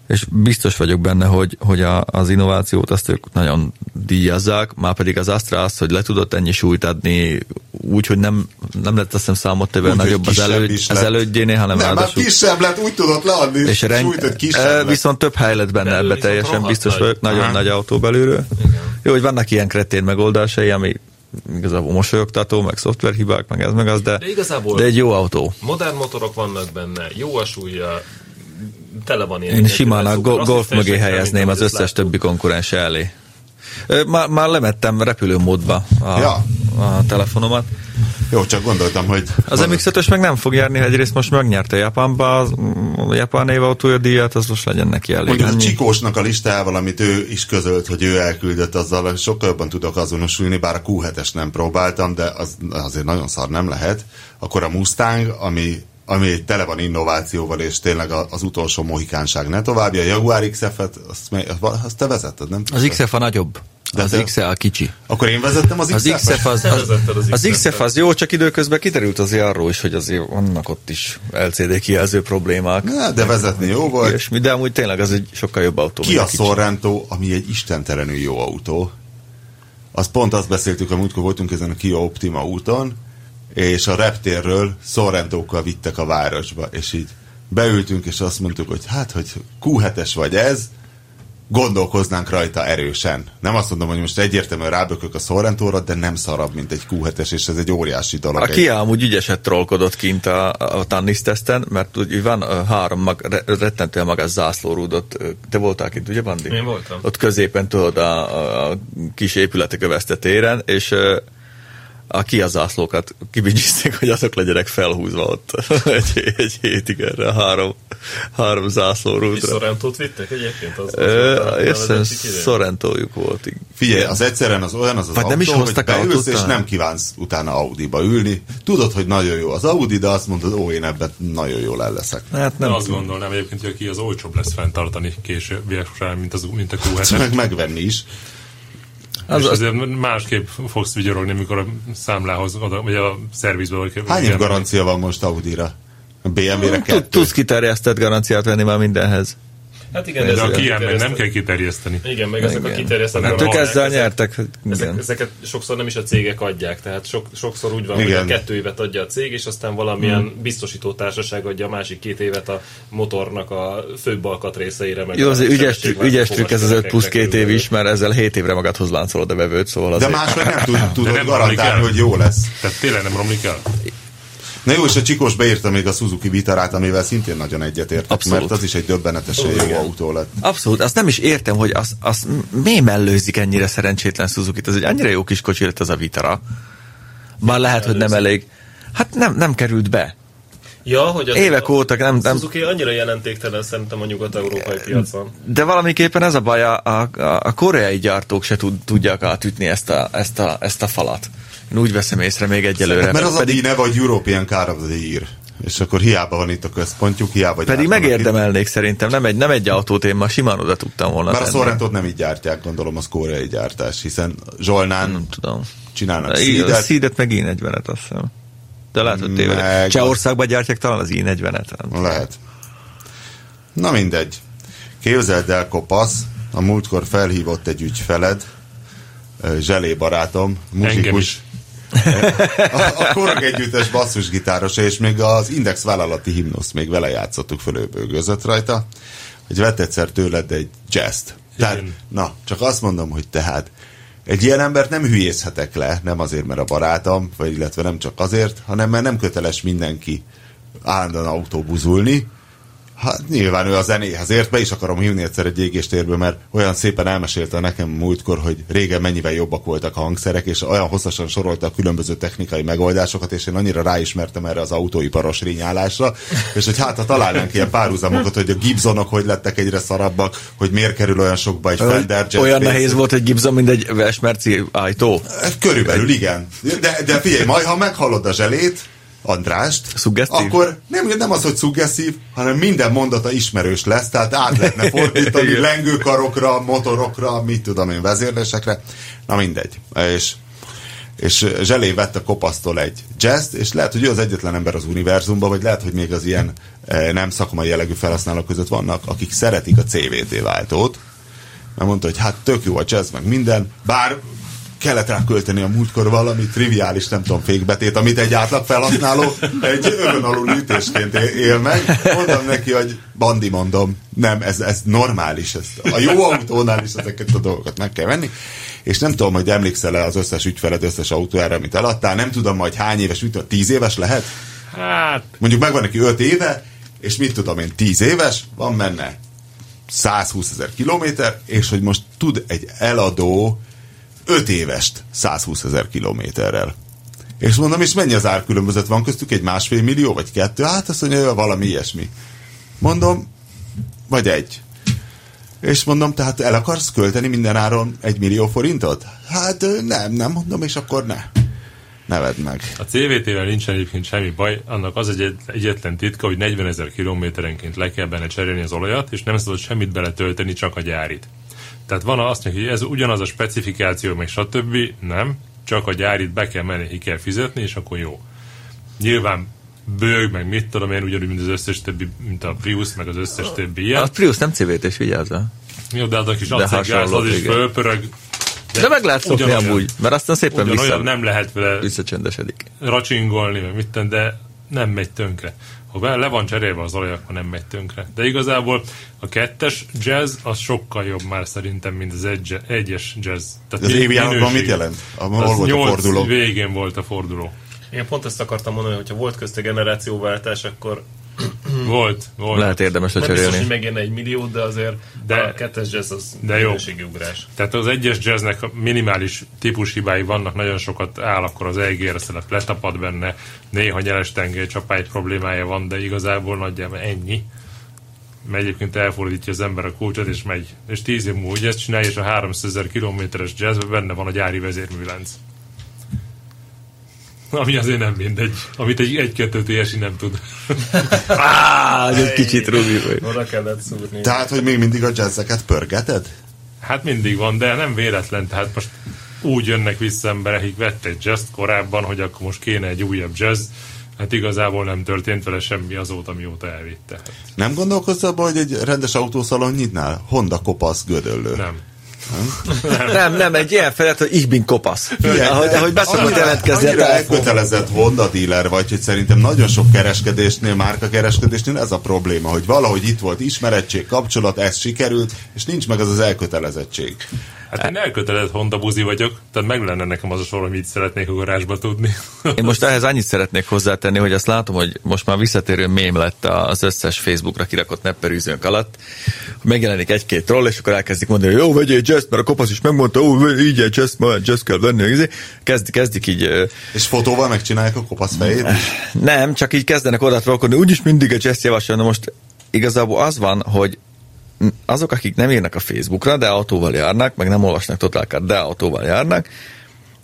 És biztos vagyok benne, hogy, hogy a, az innovációt azt ők nagyon díjazzák, már pedig az Astra azt, hogy le tudott ennyi súlyt adni, úgy, hogy nem, nem lett azt hiszem számottevően Úgy, hogy nagyobb az, kisebb elő, is az lett. elődjénél, hanem Nem, már ráadásul... kisebb lett, úgy tudott leadni, és És reng... ren... súlyt, hogy eh, kisebb lett. viszont több hely lett benne Belül ebbe viszont teljesen, rohadt biztos nagy. vagyok, nagyon Aha. nagy autó belülről. Jó, hogy vannak ilyen kretén megoldásai, ami igazából mosolyogtató, meg szoftverhibák, meg ez, meg az, de, De igazából- de egy jó autó. Modern motorok vannak benne, jó a súlya, tele van ilyen. Én ilyen simán a szuper go- golf asszisztensekkel, mögé mint helyezném ahogy az ezt összes láttuk. többi konkurens elé. Ö, Már, már lemettem repülőmódba a, Ja. a telefonomat. Jó, csak gondoltam, hogy... Az mx 5 meg nem fog járni, ha egyrészt most megnyerte Japánba, az, a japán évautója díjat, az most legyen neki elég. Mondjuk a Ennyi. Csikósnak a listájával, amit ő is közölt, hogy ő elküldött, azzal sokkal jobban tudok azonosulni, bár a Q7-es nem próbáltam, de az azért nagyon szar nem lehet. Akkor a Mustang, ami, ami tele van innovációval, és tényleg a- az utolsó mohikánság ne további. A Jaguar XF-et, azt, mely- azt te vezetted, nem? Az XF a nagyobb, De az te- XF a kicsi. Akkor én vezettem az, Az XF-et? XF az, Te az, vezetted az az XF-et. XF az jó, csak időközben kiderült azért arról is, hogy azért vannak ott is LCD kijelző problémák. Ne, de vezetni jó volt. Ilyesmi, de amúgy tényleg az egy sokkal jobb autó. Ki mint a kicsi. Sorrento, ami egy istentelenül jó autó? Az pont azt beszéltük, hogy múltkor voltunk ezen a Kia Optima úton, és a reptérről Sorrentókkal vittek a városba, és így beültünk, és azt mondtuk, hogy hát, hogy Q7-es vagy ez, gondolkoznánk rajta erősen. Nem azt mondom, hogy most egyértelműen rábökök a Sorrentóra, de nem szarabb, mint egy Q7-es, és ez egy óriási dolog. A Egy- Kia amúgy ügyeset trollkodott kint a, a Tannis teszten, mert úgy van ö, három mag, re, rettentően magas zászlórúdot. Ö, Te voltál kint, ugye Bandi? Én voltam. Ott középen tudod a, a, a kis épületek övezte téren, és ö, a Kia zászlókat kibigyizték, hogy azok legyenek felhúzva ott [LAUGHS] egy, egy hétig erre a három, három És zászlórúdra. Sorrentót vittek egyébként? Az, az volt a- a Ö, Észem, vezetési idő? Sorrentójuk volt. Figyelj, az egyszerűen az olyan az, az Vagy autó, nem is hogy hoztak beülsz, autót és talán? nem kívánsz utána Audi-ba ülni. Tudod, hogy nagyon jó az Audi, de azt mondod, ó, én ebben nagyon jól el leszek. Hát Nem nem azt gondolnám egyébként, hogy aki az olcsóbb lesz fenntartani későbbiek során, mint, az, mint a Ezt Q7-es. meg megvenni is. Az, Az- és az- azért másképp fogsz vigyorogni, amikor a számlához, oda, vagy a szervizbe vagy. Hány év ilyen- garancia van most Audi-ra? A BMW-re Tud- kettő. Tudsz kiterjesztett garanciát venni már mindenhez. Hát igen, De ezek a Kia meg nem kiterjesztett- kell kiterjeszteni. Igen, meg ezek a Igen. kiterjesztett Hát ők normák, ezzel ezek- nyertek. Ezek, Igen. ezeket sokszor nem is a cégek adják, tehát sok, sokszor úgy van, Igen. hogy a kettő évet adja a cég, és aztán valamilyen Mm. biztosító társaság adja a másik két évet a motornak a főbb alkatrészeire. Meg Jó, a az ügyes, trükk- sebességváltó ügyes trükk ez az 5 plusz 2 év körülbelül. is, mert ezzel 7 évre magadhoz láncolod a vevőt, szóval De azért. máshogy nem tud, tudod nem garantálni, romlik el. hogy jó lesz. Tehát tényleg nem romlik el. Na jó, és a Csikós beírta még a Suzuki Vitarát, amivel szintén nagyon egyetértek, Abszolút. mert az is egy döbbenetesen jó autó lett. Abszolút, azt nem is értem, hogy azt az mi mellőzik ennyire szerencsétlen suzuki Ez egy annyira jó kis kocsi lett az a Vitara. Bár lehet, hogy nem elég. Hát nem, nem került be. Ja, hogy az Évek a, óta nem, nem, Suzuki annyira jelentéktelen szerintem a nyugat-európai piacon. de valamiképpen ez a baj, a, a, a koreai gyártók se tud, tudják átütni ezt a, ezt, Hát a, ezt a falat. Én úgy veszem észre még egyelőre. Mert az a díj neve, hogy European Car of the Year. és akkor hiába van itt a központjuk, hiába Pedig gyártanak itt. megérdemelnék szerintem, nem egy, nem egy autót, én ma simán oda tudtam volna Bár a tenni. Sorrentót nem így gyártják, gondolom az koreai gyártás, hiszen Zsolnán Nem tudom. csinálnak De így- A szídet, szídet meg i40-et, azt hiszem. De lehet, hogy tévedek. Meg- Csehországban gyártják talán az i40-et. nem? Lehet. Na mindegy. Képzeld el, kopasz, a múltkor felhívott egy ügyfeled, ö, Zselé barátom, Engem muzsikus, is. a, a korog együttes basszusgitáros, és még az Index vállalati himnusz még vele játszottuk fölőbőgözött rajta, hogy vett egyszer tőled egy jazz Tehát, Igen. na, csak azt mondom, hogy tehát egy ilyen embert nem hülyészhetek le, nem azért, mert a barátom, vagy illetve nem csak azért, hanem mert nem köteles mindenki állandóan autóbuzulni. Hát nyilván ő a zenéhez ért, be is akarom hívni egyszer egy égéstérbe, mert olyan szépen elmesélte nekem múltkor, hogy régen mennyivel jobbak voltak a hangszerek, és olyan hosszasan sorolta a különböző technikai megoldásokat, és én annyira ráismertem erre az autóiparos rényálásra, és hogy hát ha találnánk ilyen párhuzamokat, hogy a Gibsonok hogy lettek egyre szarabbak, hogy miért kerül olyan sokba egy Fender Jet Olyan Bass. nehéz volt egy Gibson, mint egy Vesmerci ajtó. Körülbelül igen. De, de figyelj, majd ha meghallod a zselét, Andrást, Szuggesztív? akkor nem, nem az, hogy szuggesztív, hanem minden mondata ismerős lesz, tehát át [LAUGHS] lehetne fordítani Igen. lengőkarokra, motorokra, mit tudom én, vezérlésekre. Na mindegy. És és Zselé vette kopasztól egy jazz és lehet, hogy ő az egyetlen ember az univerzumban, vagy lehet, hogy még az ilyen eh, nem szakmai jellegű felhasználók között vannak, akik szeretik a CVT váltót, mert mondta, hogy hát tök jó a jazz, meg minden, bár kellett rá költeni a múltkor valami triviális, nem tudom, fékbetét, amit egy átlag felhasználó egy övön alul ütésként é- él meg. Mondtam neki, hogy bandi mondom, nem, ez, ez normális, ez a jó autónál is ezeket a dolgokat meg kell venni. És nem tudom, hogy emlékszel-e az összes ügyfeled összes autójára, amit eladtál, nem tudom majd hány éves, mit tudom, tíz éves lehet? Hát, Mondjuk megvan neki öt éve, és mit tudom én, tíz éves, van benne 120 ezer kilométer, és hogy most tud egy eladó 5 évest 120 ezer kilométerrel. És mondom, és mennyi az árkülönbözet van köztük? Egy másfél millió, vagy kettő? Hát azt mondja, hogy valami ilyesmi. Mondom, vagy egy. És mondom, tehát el akarsz költeni minden áron egy millió forintot? Hát ö, nem, nem mondom, és akkor ne. Neved meg. a CVT-vel nincsen egyébként semmi baj, annak az egy egyetlen titka, hogy 40 ezer kilométerenként le kell benne cserélni az olajat, és nem szabad semmit beletölteni, csak a gyárit. Tehát van azt mondja, hogy ez ugyanaz a specifikáció, meg stb. Nem, csak a gyárit be kell menni, ki kell fizetni, és akkor jó. Nyilván bőg, meg mit tudom én, ugyanúgy, mint az összes többi, mint a Prius, meg az összes többi A ilyen. Prius nem CVT-s, vigyázzál. Jó, de az a kis acélgáz, az hasonló, is igen. fölpörög. De meg lehet szokni ugyanolyan- amúgy, mert aztán szépen vissza, Ugyanolyan nem lehet vele visszacsendesedik. racsingolni, meg mit tenni, de nem megy tönkre. Ha be- le van cserélve az olaj, akkor nem megy tönkre. De igazából a kettes jazz az sokkal jobb már szerintem, mint az egy, egyes jazz. Tehát Az mi- Éviánokban minőség. mit jelent? Ahol Az volt a nyolc forduló? végén volt a forduló. Én pont ezt akartam mondani, hogyha volt közte generációváltás, akkor Volt, volt. Lehet érdemes nem biztos, hogy lecserélni. megérne egy millió, de azért De- de, a kettes jazz az de jó. minőségi ugrás. Tehát az egyes jazznek a minimális típus hibái vannak, nagyon sokat áll, akkor az E EGR szelep letapad benne, néha nyeles tengely csapágy problémája van, de igazából nagyjából ennyi. Mert egyébként elfordítja az ember a kulcsot, és megy. És tíz év múlva ugye ezt csinálja, és a 300 ezer kilométeres jazzben benne van a gyári vezérműlenc. Ami azért nem mindegy. Amit egy 1 TSI nem tud. Á, ez egy kicsit rugi vagy. Oda kellett szúrni. Tehát, hogy még mindig a jazzeket pörgeted? Hát mindig van, de nem véletlen. Tehát most úgy jönnek vissza emberek, akik vettek jazz korábban, hogy akkor most kéne egy újabb jazz. Hát igazából nem történt vele semmi azóta, mióta elvitte. Hát Nem gondolkozz abba, hogy egy rendes autószalon nyitnál? Honda kopasz gödöllő. nem. Nem, nem, egy ilyen felett, hogy ich bin kopasz. Figyelj, Ahogy, de ahogy beszokott annyira- jelentkezni a annyira telefon. elkötelezett Honda dealer vagy, hogy szerintem nagyon sok kereskedésnél, márka kereskedésnél ez a probléma, hogy valahogy itt volt ismerettség, kapcsolat, ez sikerült, és nincs meg az az elkötelezettség. Hát én elkötelezett Honda buzi vagyok, tehát meg lenne nekem az a sor, amit szeretnék ugorásba tudni. Én most ehhez annyit szeretnék hozzátenni, hogy azt látom, hogy most már visszatérő mém lett az összes Facebookra kirakott nepperűzőnk alatt. Megjelenik egy-két troll, és akkor elkezdik mondani, hogy jó, vegyél jazz, mert a kopasz is megmondta, ó, vegyél így egy jazz, majd jazz kell venni. izé. Kezdik, kezdik így ö, És fotóval megcsinálják a kopasz fejét is? Nem, csak így kezdenek oda trollkodni, úgyis mindig a jazz javasolna. Most igazából az van, hogy azok, akik nem írnak a Facebookra, de autóval járnak, meg nem olvasnak Total Car, de autóval járnak,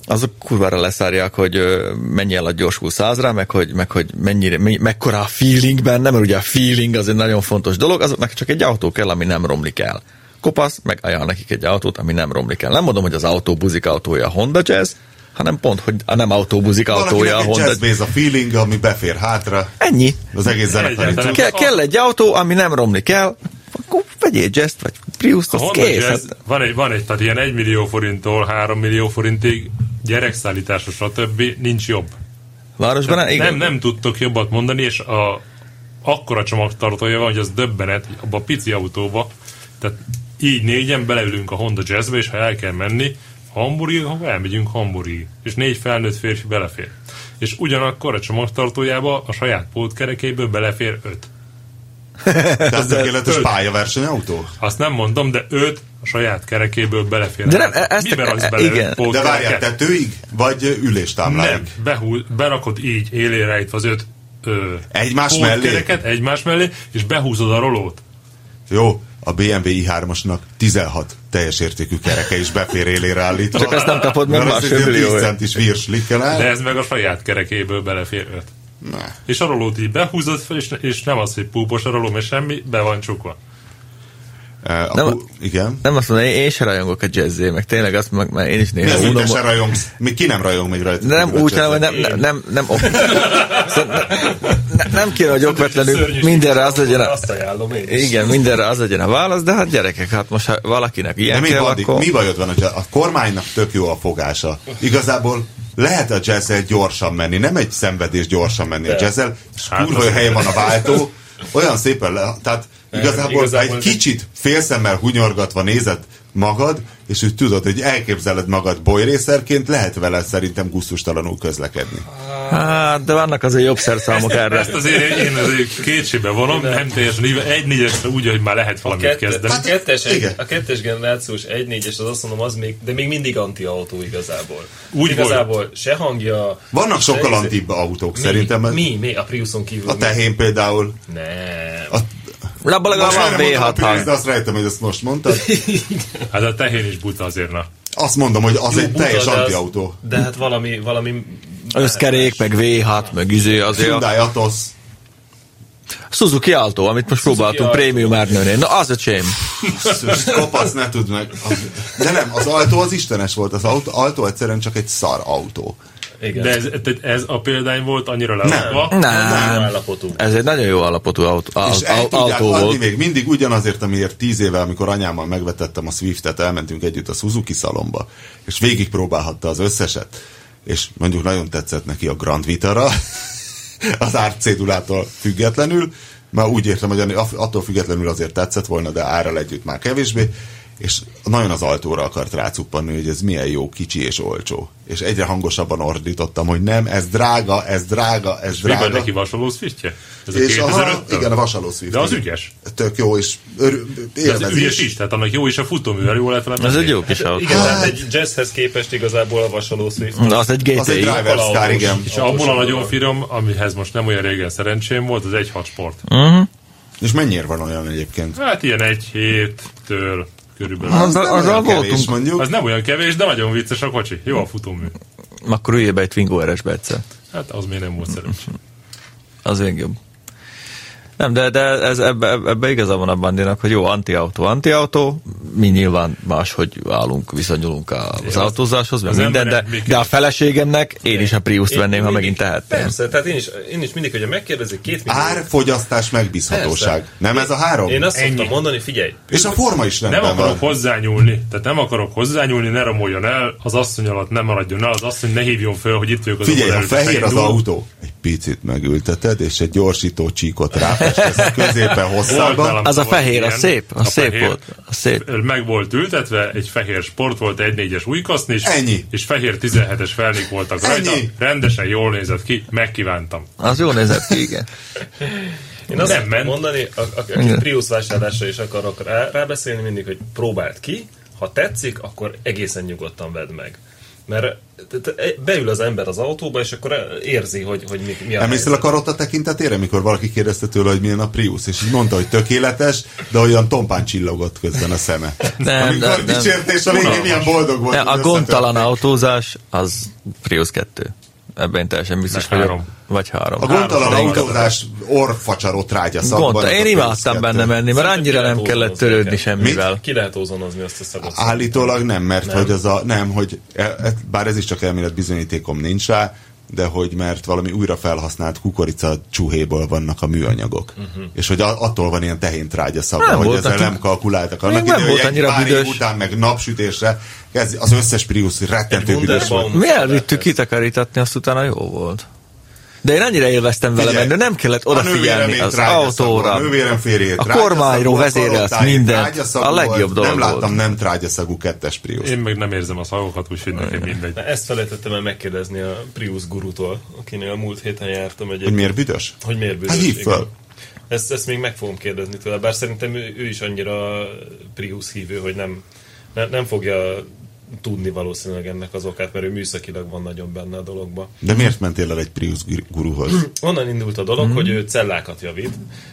azok kurvára leszárják, hogy ö, mennyi el a gyorsul százra, meg hogy, meg hogy mennyire, me, mekkora a feeling benne, mert ugye a feeling az egy nagyon fontos dolog, azoknak csak egy autó kell, ami nem romlik el. Kopasz, meg ajánl nekik egy autót, ami nem romlik el. Nem mondom, hogy az autó buzik autója a Honda Jazz, hanem pont, hogy a nem autóbuzik autója a Valakinek Honda egy jazzbéz a feeling, ami befér hátra. Ennyi. Az egész zenekari Egyáltalán. cucc. Ke- kell egy autó, ami nem romlik el, akkor vegyél jazz vagy Prius-t, [LAUGHS] A az Honda kész. Jazz, Hát, van egy, van egy, tehát ilyen 1 millió forinttól 3 millió forintig gyerekszállításra, stb. nincs jobb. városban nem, igen. Nem, nem tudtok jobbat mondani, és a, akkora csomagtartója van, hogy az döbbenet, abba a pici autóba, tehát így négyen beleülünk a Honda Jazzbe, és ha el kell menni, Hamburgig, akkor elmegyünk Hamburgig, és négy felnőtt férfi belefér. És ugyanakkor a csomagtartójába a saját pótkerekéből belefér öt. Tehát tökéletes Föld. pályaversenyautó. Azt nem mondom, de öt a saját kerekéből belefér. De nem, e- ezt- Miben raksz e- bele igen. öt pótkereket? De várjál, tetőig? Vagy Nem, üléstámláig? behúz, berakod így élére itt az öt ö, Egymás pótkereket egymás mellé, és behúzod a rolót. Jó, a BMW i3-asnak 16 teljes értékű kereke is befér élére állítva. Csak azt nem kapod meg Mert az másfél egy ilyen 10 millióért. centis virslikkel áll. De ez meg a saját kerekéből belefér öt. Ne. És a rolót így behúzod fel, és, és nem az, hogy púpos a roló, mert semmi, be van csukva. E, a Nem- pu- igen. Nem azt mondom, én, én se rajongok a jazzé, meg tényleg azt meg, mert én is Mi néha az, hogy unom. te se rajongsz? Még ki nem rajong még rajta? De nem Tudod, úgy, csak- hanem, hogy nem, nem, nem, nem, ok- Szóval ne- ne- nem kéne, Szóval hogy okvetlenül Szörnyűség. mindenre az legyen a, Azt ajánlom én is. igen, mindenre az legyen a válasz, de hát gyerekek, hát most ha valakinek De ilyen mi, kell, Bandi, akkor... mi bajod van, hogyha a kormánynak tök jó a fogása? Igazából lehet a jazzzel gyorsan menni, nem egy szenvedés gyorsan menni a jazzzel, és Hát, kurva az- jó helyen van a váltó, olyan szépen le, tehát igazából, igazából egy nem. kicsit félszemmel hunyorgatva nézed magad, és úgy tudod, hogy elképzeled magad bolyrészerként, lehet vele szerintem gusztustalanul közlekedni. Hát, de vannak azért jobb szerszámok erre. Ezt azért én azért kétségbe vonom, nem teljesen így, egy négyesre úgy, hogy már lehet valamit Kette, kezdeni. a, kettes, igen. a kettes generációs 1-4-es az azt mondom, az még, de még mindig anti-autó igazából. Úgy igazából se hangja. Vannak se sokkal izé- antibb autók Mi, szerintem. mert Mi, mi, a Priuson kívül. A mi? tehén például. Nem. A, Labba legalább most van erre mondtam a V6 Prius, hang. de azt rejtem, hogy ezt most mondtad. Hát a tehén is buta azért, na. Azt mondom, hogy az Jó, egy buta, teljes de az- antiautó. De hát valami, valami Összkerék, meg V6, meg izé azért. a- Hyundai Atos. Suzuki Alto, amit most próbáltunk Alto. prémium árnőnél. Na, az öcsém. Basszus, Kopasz, ne tudd meg. Az- De nem, az Alto az istenes volt. Az autó, Alto egyszerűen csak egy szar autó. Igen. De ez, tehát ez a példány volt annyira lerakva. nem. Nem. állapotú. Ez egy nagyon jó alapotú autó, És al- el al- tudják autó adni volt. még mindig ugyanazért, amiért tíz éve, amikor anyámmal megvetettem a Swiftet, elmentünk együtt a Suzuki szalomba, és végigpróbálhatta az összeset. És mondjuk nagyon tetszett neki a Grand Vitara, [LAUGHS] az árcédulától függetlenül, már úgy értem, hogy anny- attól függetlenül azért tetszett volna, de árral együtt már kevésbé, és nagyon az altóra akart rácuppanni, hogy ez milyen jó, kicsi és olcsó. És egyre hangosabban ordítottam, hogy nem, ez drága, ez drága, ez Mi van drága. neki vasaló szfitje? Ez a És aha, 2005 igen, a vasaló Swift. De az igen. ügyes. Tök jó, és örül, De az élvezi ügyes is. is, tehát annak jó is a futóművel, jól lehet vele Ez egy menni. jó kis Hát, autó. Igen, tehát egy jazzhez képest igazából a vasaló Swift. Az egy Az egy GTI. driver's car, igen. És abból a nagyon finom, amihez most nem olyan régen szerencsém volt, az egy hat sport. És mennyire van olyan egyébként? Hát ilyen egy héttől körülbelül. Az, nem az, olyan kevés, voltunk. mondjuk. Az nem olyan kevés, de nagyon vicces a kocsi. Jó a futómű. Akkor üljél be egy Twingo RS-be egyszer. Hát az még nem volt szerencsé. Az még jobb. Nem, de, de ez, ebbe, ebbe igaza van a Bandinak, hogy jó, antiautó, antiautó, mi nyilván máshogy állunk, viszonyulunk az autózáshoz, meg az minden, de, emberek még- de a feleségemnek én is a Prius-t Én venném, ha mindig- megint tehetném. Persze, tehát én is, én is mindig, hogyha megkérdezik két millió. Ár, fogyasztás, megbízhatóság. Persze. Nem ez a három? Én azt szoktam mondani, figyelj, És a forma is Nem rendben akarok van. hozzányúlni, tehát nem akarok hozzányúlni, ne romoljon el, az asszony alatt nem maradjon el, az asszony ne hívjon föl, hogy itt vagyok az Figyelj, óvoda ha előtt, fehér az beindul. autó, egy picit megülteted, és egy gyorsító csíkot ráfestesz a középen Volt hosszában. nálam Az a szabad fehér, a ilyen. szép, a szép volt, a szép. Meg volt ültetve, egy fehér sport volt, egy négyes újkaszni, és, Ennyi. és fehér 17-es felnik voltak rajta. Ennyi. Rendesen jól nézett ki, megkívántam. Az jó nézett ki, igen. Én azt Nem nem ment. mondani, a- a- aki Igen. Prius vásárlásra is akarok rá, rábeszélni mindig, hogy próbáld ki, ha tetszik, akkor egészen nyugodtan vedd meg. Mert tehát beül az ember az autóba, és akkor érzi, hogy, hogy mi, mi a Emlékszel a karotta tekintetére, mikor valaki kérdezte tőle, hogy milyen a Prius, és így mondta, hogy tökéletes, de olyan tompán csillogott közben a szeme. Nem, Amikor nem, nem. dicsértés a végén milyen boldog volt. Nem, a hogy gondtalan összetörték. autózás az Prius 2. Ebben én teljesen biztos Vagy vagyok. három. Vagy három. A gondtalan autózás orfacsaró trágya szakban. Gondta. ez a Én Prius imádtam kettő. benne menni, mert Szerintem annyira ki nem lehet kellett ózanozni törődni nekem. semmivel. Ki lehet ózonozni azt a szagot. Állítólag nem, mert nem. hogy az a, nem, hogy e, e, bár ez is csak elmélet bizonyítékom nincs rá, de hogy mert valami újra felhasznált kukorica csúhéból vannak a műanyagok. Uh-huh. És hogy a, attól van ilyen tehén trágya szagga, Mhm. Nem hogy volt ezzel nekünk- nem kalkuláltak. Még nem idején, volt egy annyira pár év büdös. után meg napsütésre kezd, az összes Prius rettentő Egy büdös volt. Wunderbaum. Mi elvittük kitakarítatni, azt utána jó volt. De én annyira élveztem vele Figyelj, menni, nem kellett A nővérem odafigyelni ért az rágyaszak autóra. volt, A nővérem férjét A kormányról vezérelt mindent. A legjobb volt. dolog Nem láttam volt. nem trágyaszagú kettes Prius. Én meg nem érzem a szagokat, úgyhogy nekem mindegy. Na, Ezt felejtettem el megkérdezni a Prius gurutól, akinél a múlt héten jártam egy Hogy miért büdös? Hogy miért bűnös? Hát hívd igen. fel. Ezt, ezt még meg fogom kérdezni tőle, bár szerintem ő, ő is annyira Prius hívő, hogy nem, ne, nem fogja tudni valószínűleg ennek az okát, mert ő műszakilag van nagyon benne a dologba. De miért mentél el egy Prius guruhoz? Onnan indult a Mhm. dolog, mm. hogy ő cellákat javít,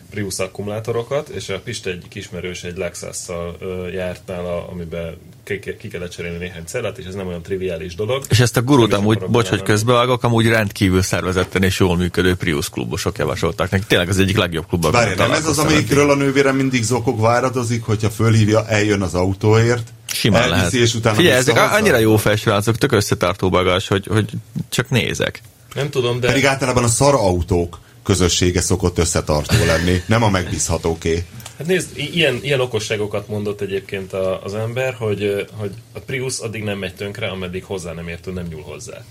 Prius akkumulátorokat, és a Pista egy kismerős egy Lexus-szal ö, járt nála, amiben ki, ki- ki kellett cserélni néhány cellát, és ez nem olyan triviális dolog. És ezt a gurút Nem is amúgy, akarok bocs, hogy belemenni. közbevágok, amúgy rendkívül szervezetten és jól működő Prius klubosok javasolták neki. Tényleg az egyik legjobb klub, amivel Várj, nem ez az, találkoztam eddig. amelyikről a nővérem mindig zokog váradozik, hogyha fölhívja, eljön az autóért, Simán elviszi, lehet. és utána Figyelj, ezek visszahozza? annyira jó felsrácok, tök összetartó bagás, hogy, hogy csak [LAUGHS] nézek. Nem tudom, de... Pedig általában a szar autók közössége szokott összetartó lenni, nem a megbízhatóké. Hát nézd, i- ilyen, ilyen okosságokat mondott egyébként a, az ember, hogy, ö, hogy a Prius addig nem megy tönkre, ameddig hozzá nem értő, nem nyúl hozzá.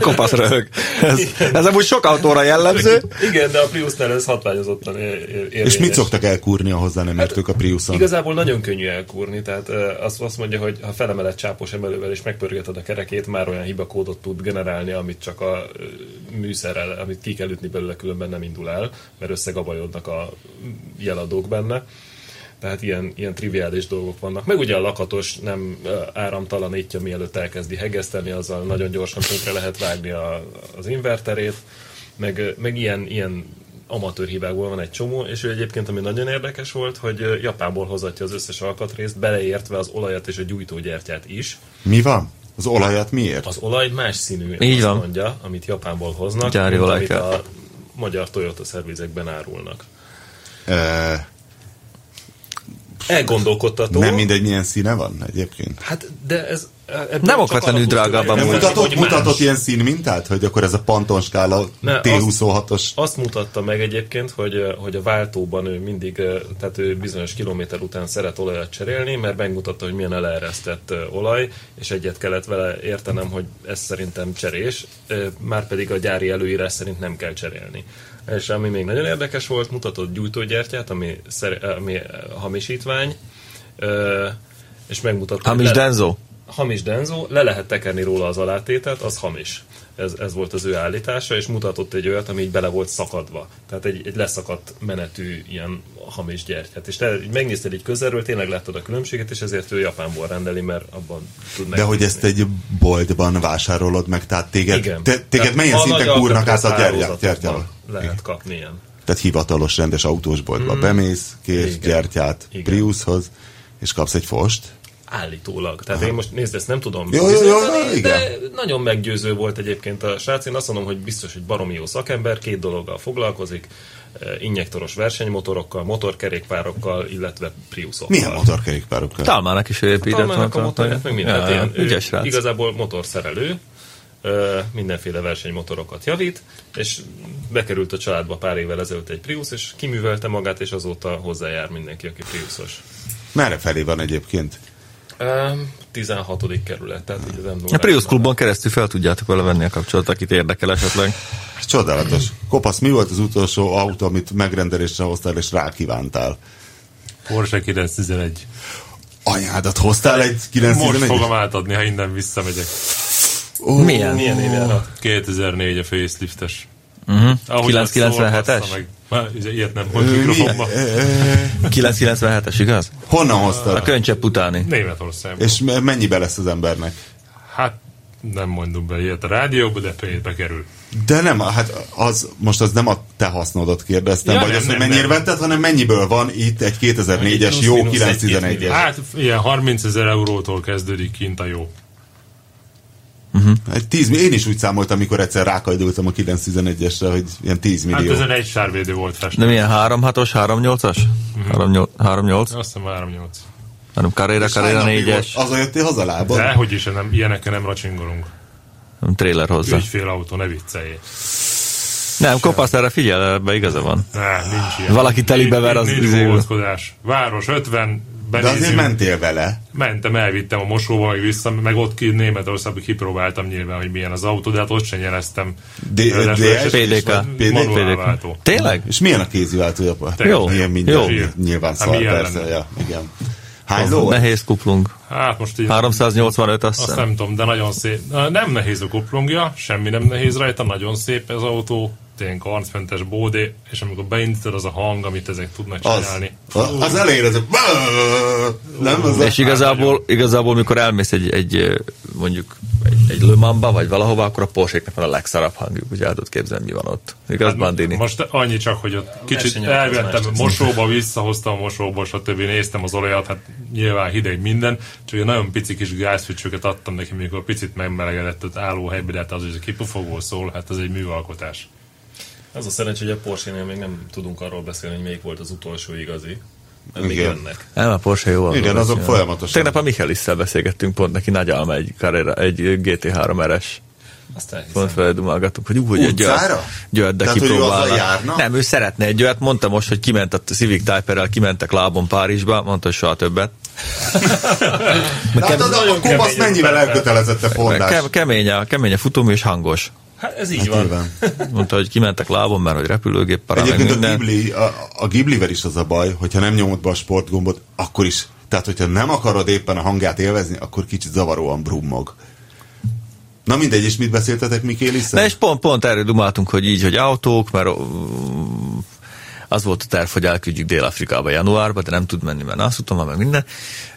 Kopasz röhög. Ez, ez amúgy sok autóra jellemző. Igen, de a Priusnál ez hatványozottan é- é- érvényes. És mit szoktak elkúrni, a hozzá nem értők a Priuson? Igazából nagyon könnyű elkúrni, tehát ö, azt, azt mondja, hogy ha felemeled csápos emelővel és megpörgeted a kerekét, már olyan hibakódot tud generálni, amit csak a ö, műszerrel, amit ki kell ütni belőle, különben nem indul el, mert összegabajodnak a jeladók benne. Tehát ilyen, ilyen triviális dolgok vannak. Meg ugye a lakatos nem ö, áramtalanítja, mielőtt elkezdi hegeszteni, azzal nagyon gyorsan tönkre lehet vágni a, az inverterét, meg, ö, meg ilyen, ilyen amatőr hibákból van egy csomó, és ő egyébként, ami nagyon érdekes volt, hogy ö, Japánból hozatja az összes alkatrészt, beleértve az olajat és a gyújtógyertyát is. Mi van? Az olajat miért? Az olaj más színű, Így azt van. mondja, amit Japánból hoznak, Gyári mint olaj amit kell. a magyar Toyota szervizekben árulnak. E, Elgondolkodtató. nem mindegy, milyen színe van egyébként. Hát, de ez... ebből Nem csak okvetlenül arra tudsz drágább tudni, amúgy. hogy Mutatott, hogy más. mutatott ilyen színmintát, hogy akkor ez a pantonskála Ne, T26-os Azt mutatta meg egyébként, hogy, hogy a váltóban ő mindig, tehát ő bizonyos kilométer után szeret olajat cserélni, mert megmutatta, hogy milyen eleresztett olaj, és egyet kellett vele értenem, hogy ez szerintem cserés, már pedig a gyári előírás szerint nem kell cserélni. És ami még nagyon érdekes volt, mutatott gyújtógyertyát, ami, szer- ami hamisítvány, ö, és megmutatta... hogy Hamis le- Denzo. hamis denzó, le lehet tekerni róla az alátételt, az hamis. Ez, ez volt az ő állítása, és mutatott egy olyat, ami így bele volt szakadva. Tehát egy, egy leszakadt menetű ilyen hamis gyertyát. És te így megnézted így közelről, tényleg láttad a különbséget, és ezért ő Japánból rendeli, mert abban tud De hogy ezt megnézni. egy boltban vásárolod meg, tehát téged, Igen. te, téged Tehát melyen a szinten nagy kúrnak át a alkatrész gyertyával? hálózatokban Gyertyával. Lehet kapni ilyen. Tehát hivatalos, rendes autósboltba bemész, kérsz Igen. gyertyát Igen. Priushoz, és kapsz egy fost. Állítólag. Tehát én most nézd, ezt nem tudom. Jó, jó, jó, bizonyítani, jó, de nagyon meggyőző volt egyébként a srác. Én azt mondom, hogy biztos, hogy baromi jó szakember, két dologgal foglalkozik, eh, injektoros versenymotorokkal, motorkerékpárokkal, illetve Priusokkal. Milyen motorkerékpárokkal? Talmának is ő épített. Talmának a motorját, meg mindent. Ja, Ügyes ő rác. igazából motorszerelő, ö, mindenféle versenymotorokat javít, és bekerült a családba pár évvel ezelőtt egy Prius, és kiművelte magát, és azóta hozzájár mindenki, aki Priusos. Merre felé van egyébként? Ö, 16. kerület, tehát így az m A Prius klubon keresztül fel tudjátok vele venni a kapcsolatot, akit érdekel esetleg. Hát Csodálatos. Kopasz, mi volt az utolsó autó, amit megrendelésre hoztál, és rákívántál? Porsche 911. Anyádat hoztál egy 9 Most fogom átadni, ha innen visszamegyek. Milyen? Mhm. Milyen évjárat? 2004 a faceliftes. Ahogy 997-es? azt szól, meg- Már izé Ilyet nem mond mikrofonba. 997-es, igaz? Honnan A hoztál? könycsepp utáni. Németországban. Hát, És me- mennyibe lesz az embernek? nem mondunk be ilyet a rádióba, de pénzbe kerül. De nem, hát az, most az nem a te hasznodat kérdeztem, Ja, ja, vagy nem, nem, azt, hogy nem, mennyire nem. vetted, hanem mennyiből van itt egy 2004-es Egy jó plusz-minusz egy-két 911-es. Hát ilyen 30 ezer eurótól kezdődik kint a jó. Egy 10, mi- én is úgy számoltam, amikor egyszer rákajdultam a 911-esre, hogy ilyen 10 Hát millió. ezen egy sárvédő volt festve. De milyen 3-6-os, 3-8-as? Mhm. 3-8? Azt hiszem 3-8. Nem, Carrera, És hány Carrera napig 4-es, volt? Azon jöttél haza lábon? De hogy is, nem, ilyenekkel nem racsingolunk. nem trailer hozzá. Ügyfél autó, ne viccelj. Nem, kopasz erre figyel, ebbe igaza van. Ne, nincs ilyen. Valaki telibe ver az Nincs- Nincs bohózkodás. Város 50, izé- De azért benézünk. mentél vele. Mentem, elvittem a mosóba, meg vissza, meg ott ki Németországban kipróbáltam nyilván, hogy milyen az autó, de hát ott sem jeleztem. D- Ráadásul DS? ez egy PDK. PDK? manuál PDK. váltó. Tényleg? És milyen a kézi váltója? Jó, Milyen jó. mindjárt, nyilván Hát szar, milyen persze, lenne? ja, igen. Hány ló? Nehéz kuplunk. Hát most így... 385 azt Azt hiszem. nem tudom, de nagyon szép. Na, Nem nehéz a kuplungja, semmi nem nehéz rajta, nagyon szép ez autó, tényleg karcmentes bódé, és amikor beindítod az a hang, amit ezek tudnak Az, csinálni. a- az elejére az a... Nem, az a... És igazából, igazából mikor elmész egy, egy ö, mondjuk egy, egy Le Mans-ba, vagy valahova, akkor a Porsche-knek van a legszarabb hangjuk, ugye el tudod képzelni, mi van ott. Igaz, hát, Bandini? Most annyi csak, hogy ott kicsit versenyautózás elvettem ez mosóba, visszahoztam a mosóba, stb. Néztem az olajat, hát nyilván hideg minden, csak egy nagyon pici kis gázfücsöket adtam neki, mikor picit megmelegedett ott állóhelyben, de hát az, hogy ez a kipufogó szól, hát ez egy műalkotás. Az a szerencsé, hogy a Porsche-nél még nem tudunk arról beszélni, hogy melyik volt az utolsó igazi. Ez még Igen. jönnek. Nem, a Porsche jó autó. Igen, azok folyamatosan. Tegnap a Michelisszel beszélgettünk pont, neki nagy álma egy, Carrera, egy GT3 RS. Azt elhiszem. Pont feledumálgattunk, hogy ú, hogy egy Utcára? győr, győr, de Tehát, hogy ő azzal kipróbálna. járna? Nem, ő szeretne egy győrt, mondta most, hogy kiment a Civic Typerrel, kimentek lábon Párizsba, mondta, hogy soha többet. Látod, Hát a kopasz mennyivel elkötelezett a fordás. Ke- kemény, a, kemény a futómű és hangos. Hát ez így van. Nyilván. Mondta, hogy kimentek lábon, mert hogy repülőgép pará, meg Egyébként a, minden. Ghibli, a, a Ghiblivel is az a baj, hogyha nem nyomod be a sportgombot, akkor is. Tehát, hogyha nem akarod éppen a hangját élvezni, akkor kicsit zavaróan brummog. Na mindegy, és mit beszéltetek Mikéliszel? Na és pont, pont erről dumáltunk, hogy így, hogy autók, mert ö, az volt a terv, hogy elküldjük Dél-Afrikába januárba, de nem tud menni, mert nászutom van, meg minden.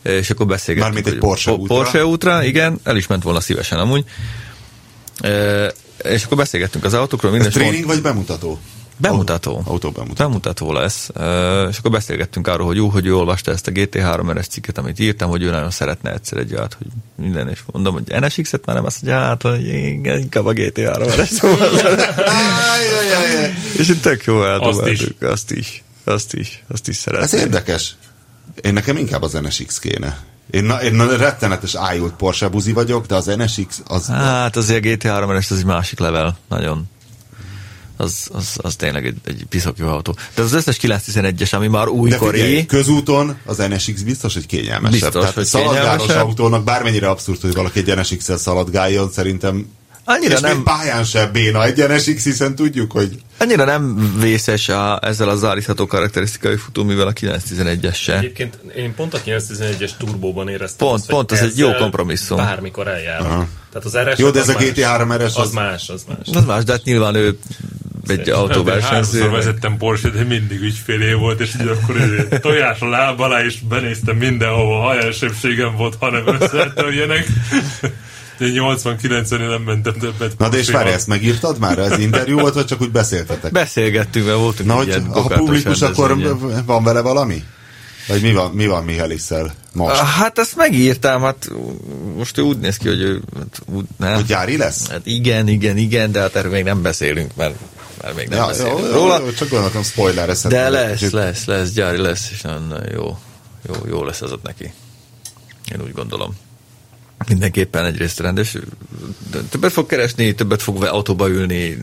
És akkor beszélgettünk. Mármint egy hogy Porsche Po- útra. Porsche útra, igen, el is ment volna szívesen amúgy. Ö, És akkor beszélgettünk az autókról, minden. Ez és mond- tréning vagy bemutató? Bemutató. Autó, autó bemutató. Bemutató lesz. Ö, És akkor beszélgettünk arról, hogy jó, hogy ő olvasta ezt a GT3 es cikket, amit írtam, hogy ő nagyon szeretne egyszer egy olyat, hogy minden, és mondom, hogy NSX-et már nem, azt mondja, hát, hogy igen, inkább a GT3 es Hát- Ájjajjaj. És itt tök jó eldobáltuk. is. Azt is. Azt is. Azt is Ez szeretném. érdekes. Én nekem inkább az NSX kéne. Én, na, én na- rettenetes ájult Porsche buzi vagyok, de az NSX az... Hát azért a GT3 es az egy másik level. Nagyon. Az, az, az tényleg egy, egy piszok jó autó. De az összes 911-es, ami már De figyelj, újkori, közúton az NSX biztos, hogy kényelmesebb. Biztos, Tehát hogy szaladgálós kényelmesebb. autónak bármennyire abszurd, hogy valaki egy NSX-el szaladgáljon, szerintem Annyira és nem- még pályán se béna egy NSX, hiszen tudjuk, hogy annyira nem vészes a, ezzel az állítható karakterisztikai futóművel a 911-es se. Egyébként én pont a 911-es turbóban éreztem Pont, azt, hogy pont, ez egy ezzel jó kompromisszum. Bármikor eljár. Tehát az RS Jó, de az ez a más. GT3 RS az... az- más, az más. Az más, de hát nyilván ő egy Háromszor autóversenyző. Szóval vezettem Porsche, de mindig ügyfélé volt, és így akkor ő tojás a láb alá, és benéztem mindenhova, ha elsőbségem volt, hanem összetörjenek. De 89-en én nem mentem többet. Na de és Porsche-val. várj, ezt megírtad már? Ez interjú volt, vagy csak úgy beszéltetek? Beszélgettünk, mert voltunk Na, egy hogy ilyen ha gokartos publikus, akkor rendezvényen. van vele valami? Vagy mi van, mi van Mihelisszel most? Hát ezt megírtam, hát most ő úgy néz ki, hogy ő... hát úgy- nem. Hogy gyári lesz? Hát igen, igen, igen, de hát erről még nem beszélünk, mert, mert még nem Ja, beszélünk jó, róla. jó, csak gondoltam, spoiler ezt. de lesz, lesz, lesz, gyári lesz, és nagyon, nagyon jó, jó, jó lesz az ott neki. Én úgy gondolom. Mindenképpen egyrészt rendes. de Többet fog keresni, többet fog ve- autóba ülni,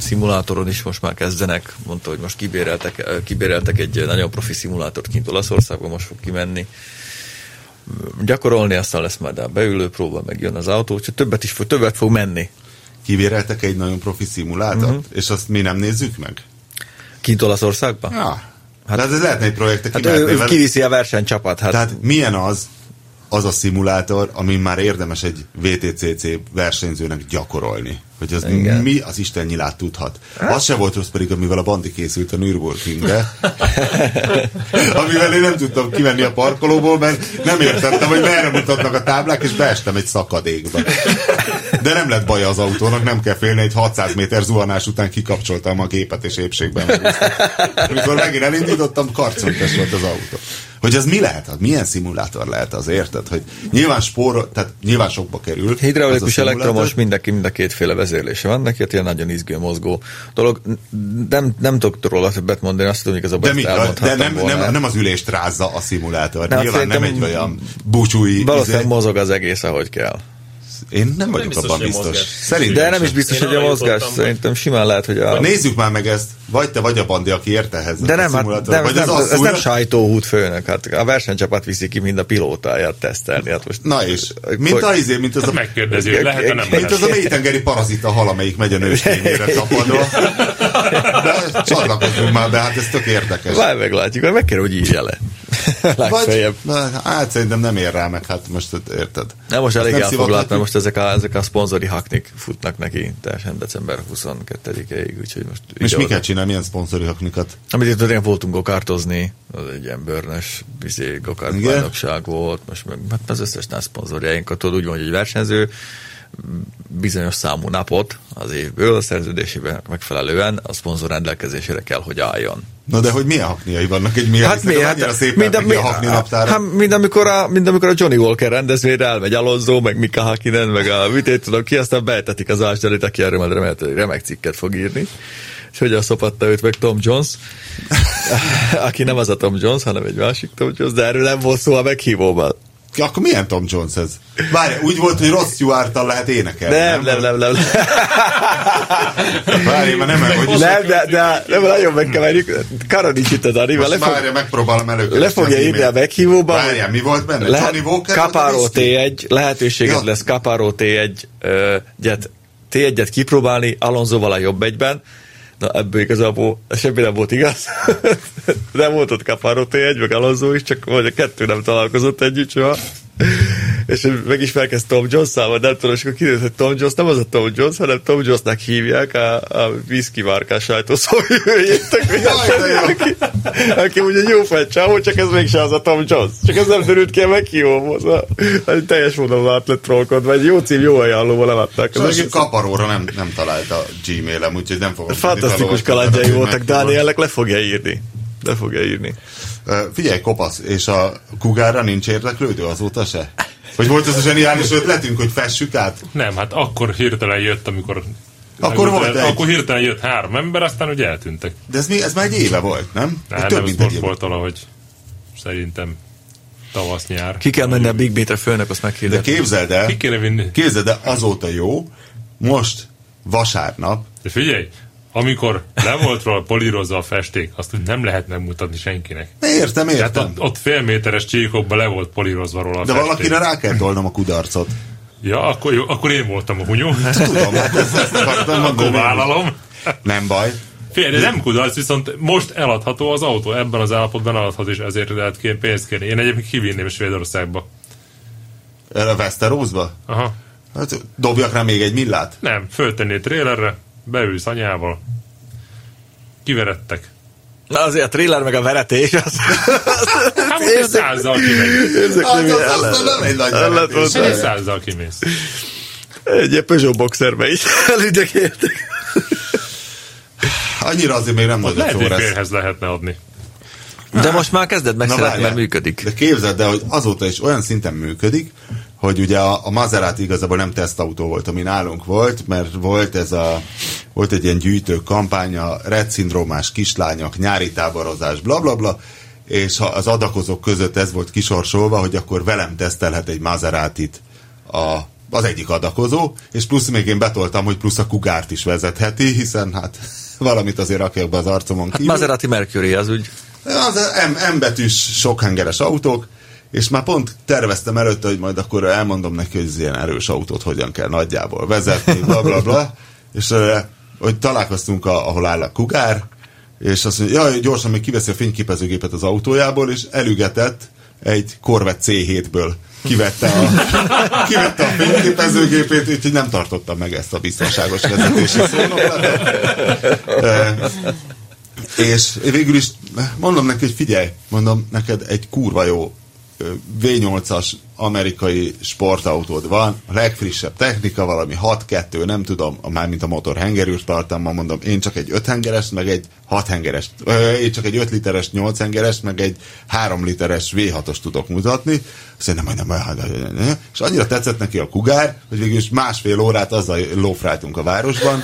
szimulátoron is most már kezdenek. Mondta, hogy most kibéreltek, eh, kibéreltek egy nagyon profi szimulátort kint Olaszországban, most fog kimenni gyakorolni, aztán lesz majd a beülő próba, meg jön az autó, csak többet is fog, többet fog menni. Kivéreltek egy nagyon profi szimulátort, Mhm. és azt mi nem nézzük meg? Kint Olaszországban? Ja. Hát, hát ez lehetne egy projekt, Hát aki ő, ő vele. kiviszi a versenycsapat. Hát. Tehát milyen az, az a szimulátor, amin már érdemes egy VTCC versenyzőnek gyakorolni? hogy az mi az Isten nyilát tudhat. Hát- Az se volt rossz pedig, amivel a bandi készült a Nürburgringre, amivel én nem tudtam kivenni a parkolóból, mert nem értettem, hogy merre mutatnak a táblák, és beestem egy szakadékba. De nem lett baja az autónak, nem kell félni, egy 600 méter zuhanás után kikapcsoltam a gépet, és épségben megúsztam. Amikor megint elindítottam, karcontes volt az autó. Hogy ez mi lehet? Hát milyen szimulátor lehet az, érted? Hogy nyilván spór, tehát nyilván sokba kerül. Hidraulikus, ez a elektromos, szimulátor. mindenki mind a kétféle vezérlése van, neki ott ilyen nagyon izgő mozgó dolog. Nem, nem tudok róla többet mondani, azt tudom, igazából De, mi, ezt de elmondhattam nem, volna. nem, nem, az ülést rázza a szimulátor. Nem, Nem, Nyilván nem egy szerintem olyan búcsúi... Valószínűleg izé. mozog az egész, ahogy kell. Én nem vagyok biztos, abban hogy a biztos. mozgás. Szerintem De nem is sem. biztos, Én hogy a arra mozgás, jutottam, hogy- szerintem simán lehet, hogy a... Nézzük már meg ezt. Vagy te vagy a bandi, aki ért ehhez. De a nem, hát szimulátor, nem, vagy nem, az ez nem asszúra. sajtóhút főnök, hát a versenycsapat viszi ki mind a pilótáját tesztelni. Hát most Na és, mint a izé, mint az a Megkérdezi, hogy lehet-e, nem Mint lehet. az a mélytengeri parazita hal, amelyik megy a [LAUGHS] nőstényére tapadva. De csatlakozzunk már be, hát ez tök érdekes. Várj, meglátjuk, majd meg kell, hogy írja le. [LAUGHS] Legfeljebb. Vagy, na, hát szerintem nem ér rá meg, hát most érted. Nem most Ezt elég nem elfoglalt, szivathatjuk. mert most ezek a, ezek a szponzori haknik futnak neki teljesen december 22-ig, úgyhogy most... És ide- mi kell csinálni, milyen szponzori haknikat? Amit itt tudnék, voltunk gokartozni, az egy ilyen bőrnös bizé gokart Igen. bajnokság volt, most meg hát az összes NASZ szponzorjainkat tud úgy van, hogy egy versenyző bizonyos számú napot az évből a szerződésében megfelelően a szponzor rendelkezésére kell, hogy álljon. Na de hogy milyen hakniai vannak egy milyen? Hát mi? Hát szép mind, a hakni naptára. hát, mind, amikor a, mind amikor a Johnny Walker rendezvényre elmegy Alonso, meg Mika Hakkinen, meg a vitét tudom ki, aztán beetetik az Ásdalit, aki erről majd remélhetőleg remek cikket fog írni. És hogyan szopatta őt meg Tom Jones, aki nem az a Tom Jones, hanem egy másik Tom Jones, de erről nem volt szó a meghívóban. Akkor milyen Tom Jones ez? Várj, úgy volt, hogy rossz Stewart-tal lehet énekelni. Nem, nem, nem, nem. nem. Várj, már nem, hogy is. Nem, de, de, de nagyon megkeverjük. Karadics itt a Dani, mert Most le fog, várj, megpróbálom előkeresni. le fogja az írni a e-mailt. meghívóban. hogy- Várjál, mi volt benne? Lehet, Johnny Walker? volt a Caparo Misty? T1, lehetőséged Ja. ja. lesz Caparo T1, ö, gyet, T1-et kipróbálni, Alonsoval a jobb egyben. Na ebből igazából semmi nem volt igaz. [LAUGHS] nem volt ott Caparo T1, meg Alonso is, csak vagy a kettő nem találkozott együtt soha. És megismerkezt Tom Jones-szával, nem tudom, és akkor kiderült, hogy Tom Jones nem az a Tom Jones, hanem Tom Jonesnak hívják a, a whisky márkás sajtószóvivőjét, Jaj, de jó. aki, [LAUGHS] aki ugye jó fej csávó, csak ez mégse az a Tom Jones. Csak ez nem derült ki a meghívóhoz. A- a Teljes módon át lett trollkodva, egy jó cím, jó ajánlóval eladták. Az Sajnos a egész. Szóval kaparóra nem, nem talált a Gmailem, úgyhogy nem fogom... tudni Fantasztikus felolvasni, kalandjai mert voltak, megpróbálom. Dánielnek le fogja írni. Le fogja írni. Ö, Figyelj, kopasz, és a kugára nincs érdeklődő azóta se? Hogy volt ez a zseniális ötletünk, hogy fessük át? Nem, hát akkor hirtelen jött, amikor... Akkor volt egy. Akkor hirtelen jött három ember, aztán ugye eltűntek. De ez, mi, ez már egy éve volt, nem? Hát több nem, mint ez egy most éve. volt valahogy szerintem tavasz, nyár. Ki kell menni a Big Metre főnök, azt De meghirdetni. képzeld el, Ki kéne vinni? képzeld el, azóta jó, most vasárnap, De figyelj, amikor le volt róla polírozva a festék, azt úgy nem lehet megmutatni senkinek. értem, Tehát értem. ott, ott félméteres csíkokban le volt polírozva róla a De festék. valakire rá kell tolnom a kudarcot. Ja, akkor, jó, akkor én voltam a hunyó. Tudom, hát ezt, ezt akartam [LAUGHS] Akkor mondani. vállalom. Nem baj. Félre, nem kudarc, viszont most eladható az autó, ebben az állapotban eladható, és ezért lehet kéne pénzt kérni. Én egyébként kivinném Svédországba. El A Westerosba? Aha. Hát, dobjak rá még egy millát? Nem, föltenné trélerre, beülsz anyával. Kiverettek. Na azért a thriller meg a veretés, az Hát most egy százzal kimegy. érzek, Hát hogy az, mi az, az nem egy nagy el lett jelentés. volna. Egy százzal kimész. Egy ilyen Peugeot boxerbe is [LAUGHS] elügyekéltek. Annyira azért még nem nagyon Lehet, szó hogy lesz. férhez lehetne adni. De most már kezded megszeretni, mert várjál. működik. De képzeld el, hogy azóta is olyan szinten működik, hogy ugye a, a Maserati igazából nem tesztautó volt, ami nálunk volt, mert volt ez a volt egy ilyen gyűjtő kampánya, Red szindrómás kislányok, nyári táborozás, bla bla bla, és ha az adakozók között ez volt kisorsolva, hogy akkor velem tesztelhet egy Maseratit a, az egyik adakozó, és plusz még én betoltam, hogy plusz a kugárt is vezetheti, hiszen hát [LAUGHS] valamit azért rakjak be az arcomon kívül. Hát Maserati Mercury, az úgy Az a M, M betűs, sokhengeres autók, és már pont terveztem előtte, hogy majd akkor elmondom neki, hogy ez ilyen erős autót hogyan kell nagyjából vezetni, bla bla bla, és ö, hogy találkoztunk, a, ahol áll a kugár, és azt mondja, jaj, gyorsan még kiveszi a fényképezőgépet az autójából, és elügetett egy Corvette C7-ből kivette a, kivette a fényképezőgépét, úgyhogy nem tartotta meg ezt a biztonságos vezetési szónoklatot. E, és végül is mondom neki, hogy figyelj, mondom, neked egy kurva jó ö, V8-as amerikai sportautód van, a legfrissebb technika, valami 6-2, nem tudom, mármint a motor hengerűs tartalma, mondom, én csak egy 5 hengeres, meg egy 6 hengeres, ö, én csak egy 5 literes, 8 hengeres, meg egy 3 literes V6-os tudok mutatni, szerintem majdnem, majdnem, majdnem, és annyira tetszett neki a kugár, hogy végül is másfél órát azzal lófráltunk a városban,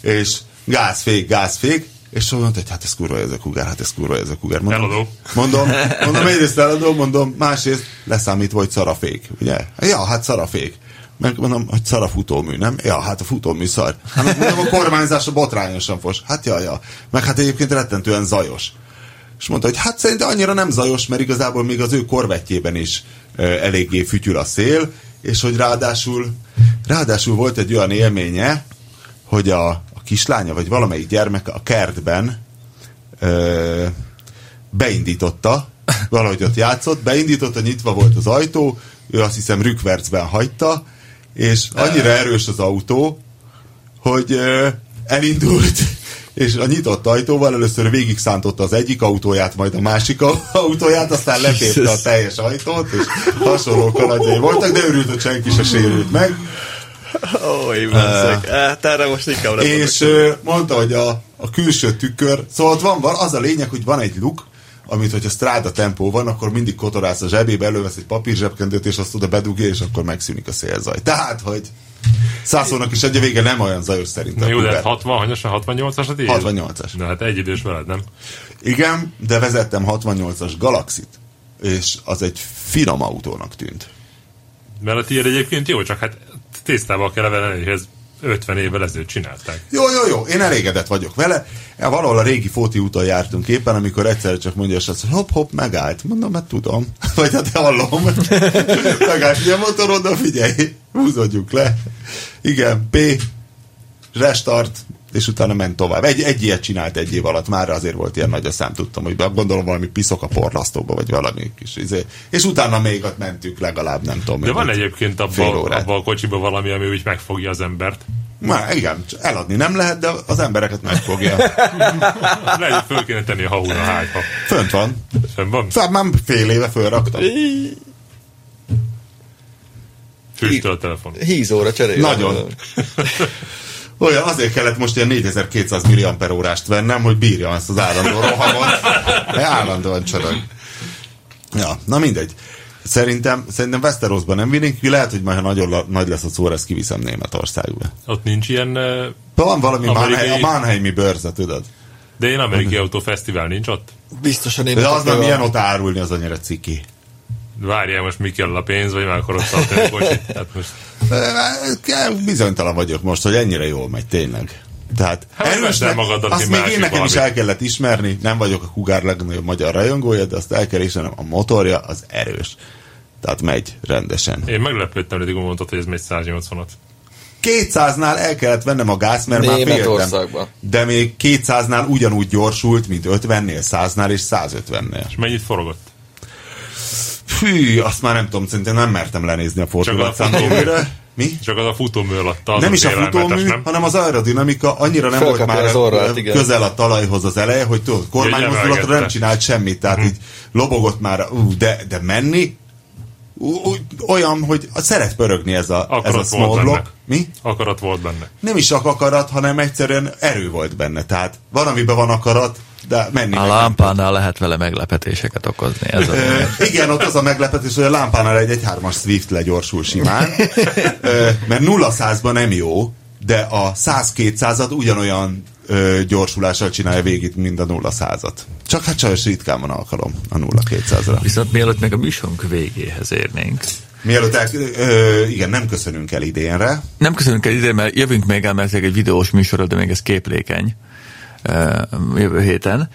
és gázfék, gázfék, és szóval mondta, hogy hát ez kurva jó ez a kugár, hát ez kurva jó ez a kugár. Mondom, Eladó. Mondom, mondom, egyrészt eladó, mondom, másrészt leszámítva, hogy szarafék, ugye? Ja, hát szarafék. Meg mondom, hogy szar a futómű, nem? Ja, hát a futómű szar. Hát mondom, a kormányzása botrányosan fos. Hát ja, ja. Meg hát egyébként rettentően zajos. És mondta, hogy hát szerintem annyira nem zajos, mert igazából még az ő korvettjében is ö, eléggé fütyül a szél, és hogy ráadásul, ráadásul volt egy olyan élménye, hogy a, a kislánya, vagy valamelyik gyermek a kertben ö, beindította, valahogy ott játszott, beindította, nyitva volt az ajtó, ő azt hiszem rükvercben hagyta, és annyira erős az autó, hogy ö, elindult, és a nyitott ajtóval először végig szántotta az egyik autóját, majd a másik au- autóját, aztán letépte a teljes ajtót, és hasonló kalandjai voltak, de örült, hogy senki se sérült meg. Ó, én uh, hát erre most inkább nem És ö, mondta, hogy a, a külső tükör, szóval ott van, van, az a lényeg, hogy van egy luk, amit, hogyha stráda tempó van, akkor mindig kotorász a zsebébe, elővesz egy papír zsebkendőt, és azt oda bedugja, és akkor megszűnik a szélzaj. Tehát, hogy szászónak is egy a vége nem olyan zajos Na szerintem. jó, de Uber. 60, 68-asat így? 68-as. De hát egy idős veled, nem? Igen, de vezettem 68-as Galaxit, és az egy finom autónak tűnt. Mert a tiéd egyébként jó, csak hát tisztában kell vele lenni, hogy ez 50 évvel ezelőtt csinálták. Jó, jó, jó, én elégedett vagyok vele. Ja, Valahol a régi Fóti úton jártunk éppen, amikor egyszer csak mondja, és azt mondja, hopp, hopp, megállt. Mondom, hát tudom. [LAUGHS] Vagy hát hallom. [LAUGHS] megállt, ugye a motorod, na figyelj, húzódjuk le. Igen, P, restart, és utána ment tovább. Egy, egy ilyet csinált egy év alatt, már azért volt ilyen nagy a szám, tudtam, hogy be- gondolom valami piszok a porlasztóba, vagy valami kis izé. És utána még ott mentünk legalább, nem tudom. De van mennyit. egyébként Fél abban órát. abba a kocsiban valami, ami úgy megfogja az embert. Már igen, eladni nem lehet, de az embereket megfogja. [LAUGHS] Hát Lehet, hogy föl kéne tenni a haúra hátba. Fönt van. Fönn van? Szóval már fél éve fölraktam. Füstöl a telefon. Hízóra cserélve. Nagyon. Olyan, azért kellett most ilyen 4200 milliamperórást vennem, hogy bírjam ezt az állandó rohamot. De állandóan csörög. Ja, na mindegy. Szerintem, szerintem Westerosban nem vinnénk ki, lehet, hogy majd ha nagyon la, nagy lesz a szóra, ezt kiviszem Németországba. Ott nincs ilyen... ö, Van valami Amerikai- Mannheim, a Mannheimi bőrze, tudod? De én amerikai autófesztivál nincs ott. Biztosan én. De az nem milyen ott árulni, az annyira ciki. Várjál most, mi kell a pénz, vagy már akkor ott tartani a kocsit. Hát most Ö, Bizonytalan vagyok most, hogy ennyire jól megy, tényleg. Tehát Hát, veszel magadat azt egy még én másik nekem is valamit. el kellett ismerni, nem vagyok a Kugár legnagyobb magyar rajongója, de azt el kell ismernem, a motorja az erős. Tehát megy rendesen. én meglepődtem, hogy mondtad, hogy ez megy 180-at. 200-nál el kellett vennem a gáz, mert már féltem. Németországban. De még 200-nál ugyanúgy gyorsult, mint 50-nél, 100-nál és 150-nél. És mennyit forogott? Fű, azt már nem tudom, szerintem nem mertem lenézni a fordulat a futómű. Mi? Csak az a futómű alatt az nem az is a félelmetes, futómű, nem? hanem az aerodinamika annyira nem volt Fölkapja már az orrát, igen. közel a talajhoz az eleje, hogy tudod, Hogy kormánymozdulatra emelgette. nem csinált semmit, tehát Mhm. így lobogott már, ú, de, de menni, ú, ú, olyan, hogy szeret pörögni ez a, Akarat ez a volt small benne. block. Mi? Akarat volt benne. Nem is csak akarat, hanem egyszerűen erő volt benne, tehát van, amiben van akarat, de menni. A lámpánál lehet vele meglepetéseket okozni. Ez a Ö, igen, ott az a meglepetés, hogy a lámpánál egy 1.3-as Swift legyorsul simán, Ö, mert 0-100-ban nem jó, de a 100-200-at ugyanolyan ö, gyorsulással csinálja végig, mint a 0-100-at. Csak hát sajnos ritkán van alkalom a 0-200-ra. [LAUGHS] Viszont mielőtt még a műsorunk végéhez érnénk, Mielőtt el, ö, igen, nem köszönünk el idénre. nem köszönünk el ide, mert jövünk még el, mert egy videós műsorra, de még ez képlékeny ö, jövő héten.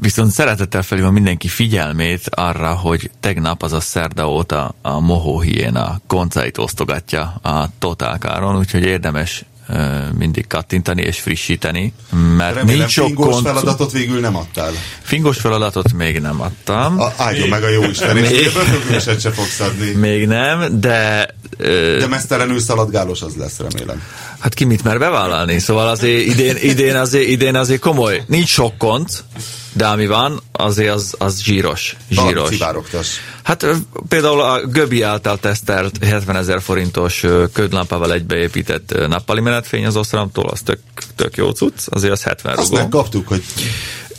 Viszont szeretettel felhívom mindenki figyelmét arra, hogy tegnap, azaz szerda óta a Mohó Hiéna koncait osztogatja a Total Káron, úgyhogy érdemes ö, mindig kattintani és frissíteni, mert Remélem, nincs sok fingós konc- feladatot végül nem adtál. Fingos feladatot még nem adtam. A, áldjon meg a jó Isten, és Még. még böfögőset se fogsz adni. Még nem, de ö, De mesztelenül szaladgálós az lesz, remélem. hát ki mit mer bevállalni? Szóval azért idén, idén, azért, idén azért komoly. Nincs sok kont, de ami van, azért az, az zsíros. Valamit Zsíros. szivárogtass. Hát ö, például a Göbi által tesztelt 70 ezer forintos ö, ködlámpával egybeépített ö, nappali menetfény az osztrámtól, az tök, tök jó cucc, azért az 70 Azt rugó. megkaptuk, hogy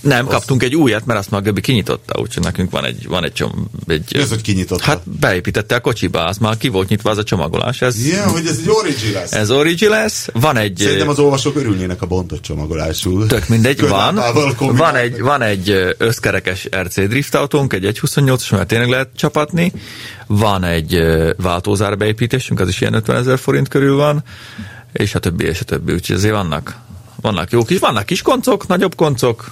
Nem, kaptunk egy újat, mert azt már Göbi kinyitotta, úgyhogy nekünk van egy, van egy, csom, egy Mi az, hogy kinyitotta? Hát beépítette a kocsiba, az már ki volt nyitva az a csomagolás. Ez, ilyen, hogy ez egy origi lesz. ez origi lesz, van egy... Szerintem az olvasók örülnének a bontott csomagolású. Tök mindegy, van. Körlámpával kombinált. Van egy, van egy ö, összkerekes RC drift autónk, egy 1.28-os, mert tényleg lehet csapatni. Van egy ö, váltózár beépítésünk, az is ilyen 50 ezer forint körül van, és a többi, és a többi. Úgyhogy azért vannak, vannak jók is, vannak kis koncok, nagyobb koncok. [LAUGHS]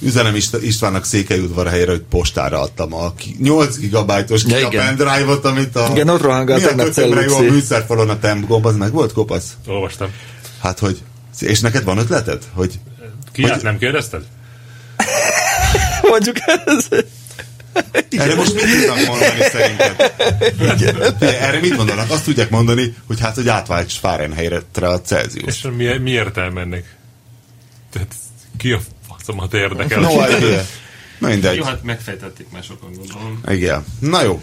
Üzenem Ist- Istvánnak Székelyudvar helyre, hogy postára adtam a ki- 8 gigabájtos Ja, ja, igen. pendrive-ot, amit a... Igen, ott rohangált Mi a tegnap tökömre jó a Celluci. műszerfalon a temp gomb, az meg volt kopasz? Olvastam. Hát, hogy... És neked van ötleted? Hogy Ki hát nem kérdezted? Mondjuk ez. erre most mit tudnak mondani szerinted? Figyelj, Erre mit mondanak? Azt tudják mondani, hogy hát, hogy átválts Fahrenheitre a Celsius. És mi, mi értelme ennek? Tehát ki a faszomat érdekel? No idea. Na mindegy. Jó, hát megfejtették már sokan, gondolom. Igen. Na jó.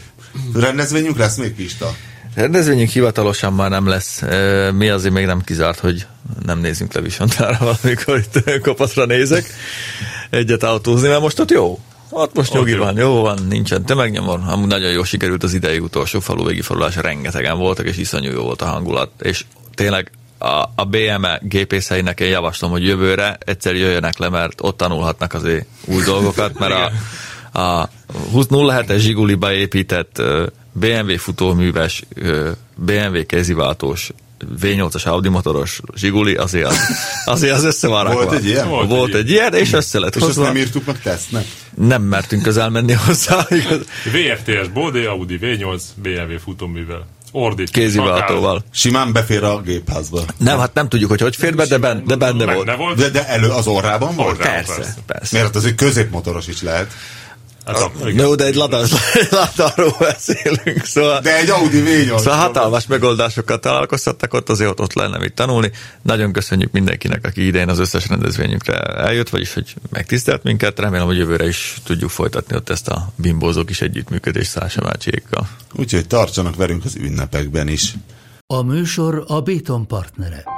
Rendezvényünk lesz még Pista. Rendezvényünk hivatalosan már nem lesz. Ö, Mi azért még nem kizárt, hogy nem nézünk le Visontára valamikor itt kopatra nézek egyet autózni, mert most ott jó. Ott most nyugi jó. van, jó van, nincsen tömegnyomor. Amúgy nagyon jól sikerült az idei utolsó falu végigforulás, rengetegen voltak, és iszonyú jó volt a hangulat. És tényleg a, a BME gépészeinek én javaslom, hogy jövőre egyszer jöjjenek le, mert ott tanulhatnak azért új dolgokat, mert a, a 2007-es Zsiguliba épített ö, BMW futóműves, ö, BMW kéziváltós, V8-as Audi motoros Zsiguli, azért az, azért az össze van Volt rakva. egy ilyen? Volt, Volt egy ilyen, és össze lett És azt hozva. nem írtuk meg tesznek? Nem mertünk közel menni hozzá, igaz? VFTS Bódé, Audi V8, BMW futóművel. Ordít. kéziváltóval. Simán befér a gépházba. Nem, hát nem tudjuk, hogy hogy fér be, de, ben, de benne Meg ne volt. volt. De, de elő az orrában volt? Orrában. Persze, Persze. persze. Mert az egy középmotoros is lehet. Hát, a, igen. Jó, de egy lada- ladáról beszélünk, szóval... De egy Audi V8. Szóval hatalmas megoldásokat találkoztattak ott, azért ott, ott lenne mit tanulni. Nagyon köszönjük mindenkinek, aki idén az összes rendezvényünkre eljött, vagyis hogy megtisztelt minket. Remélem, hogy jövőre is tudjuk folytatni ott ezt a bimbózók is együttműködést Szása Mácsiékkal. Úgyhogy tartsanak velünk az ünnepekben is. A műsor a Béton partnere.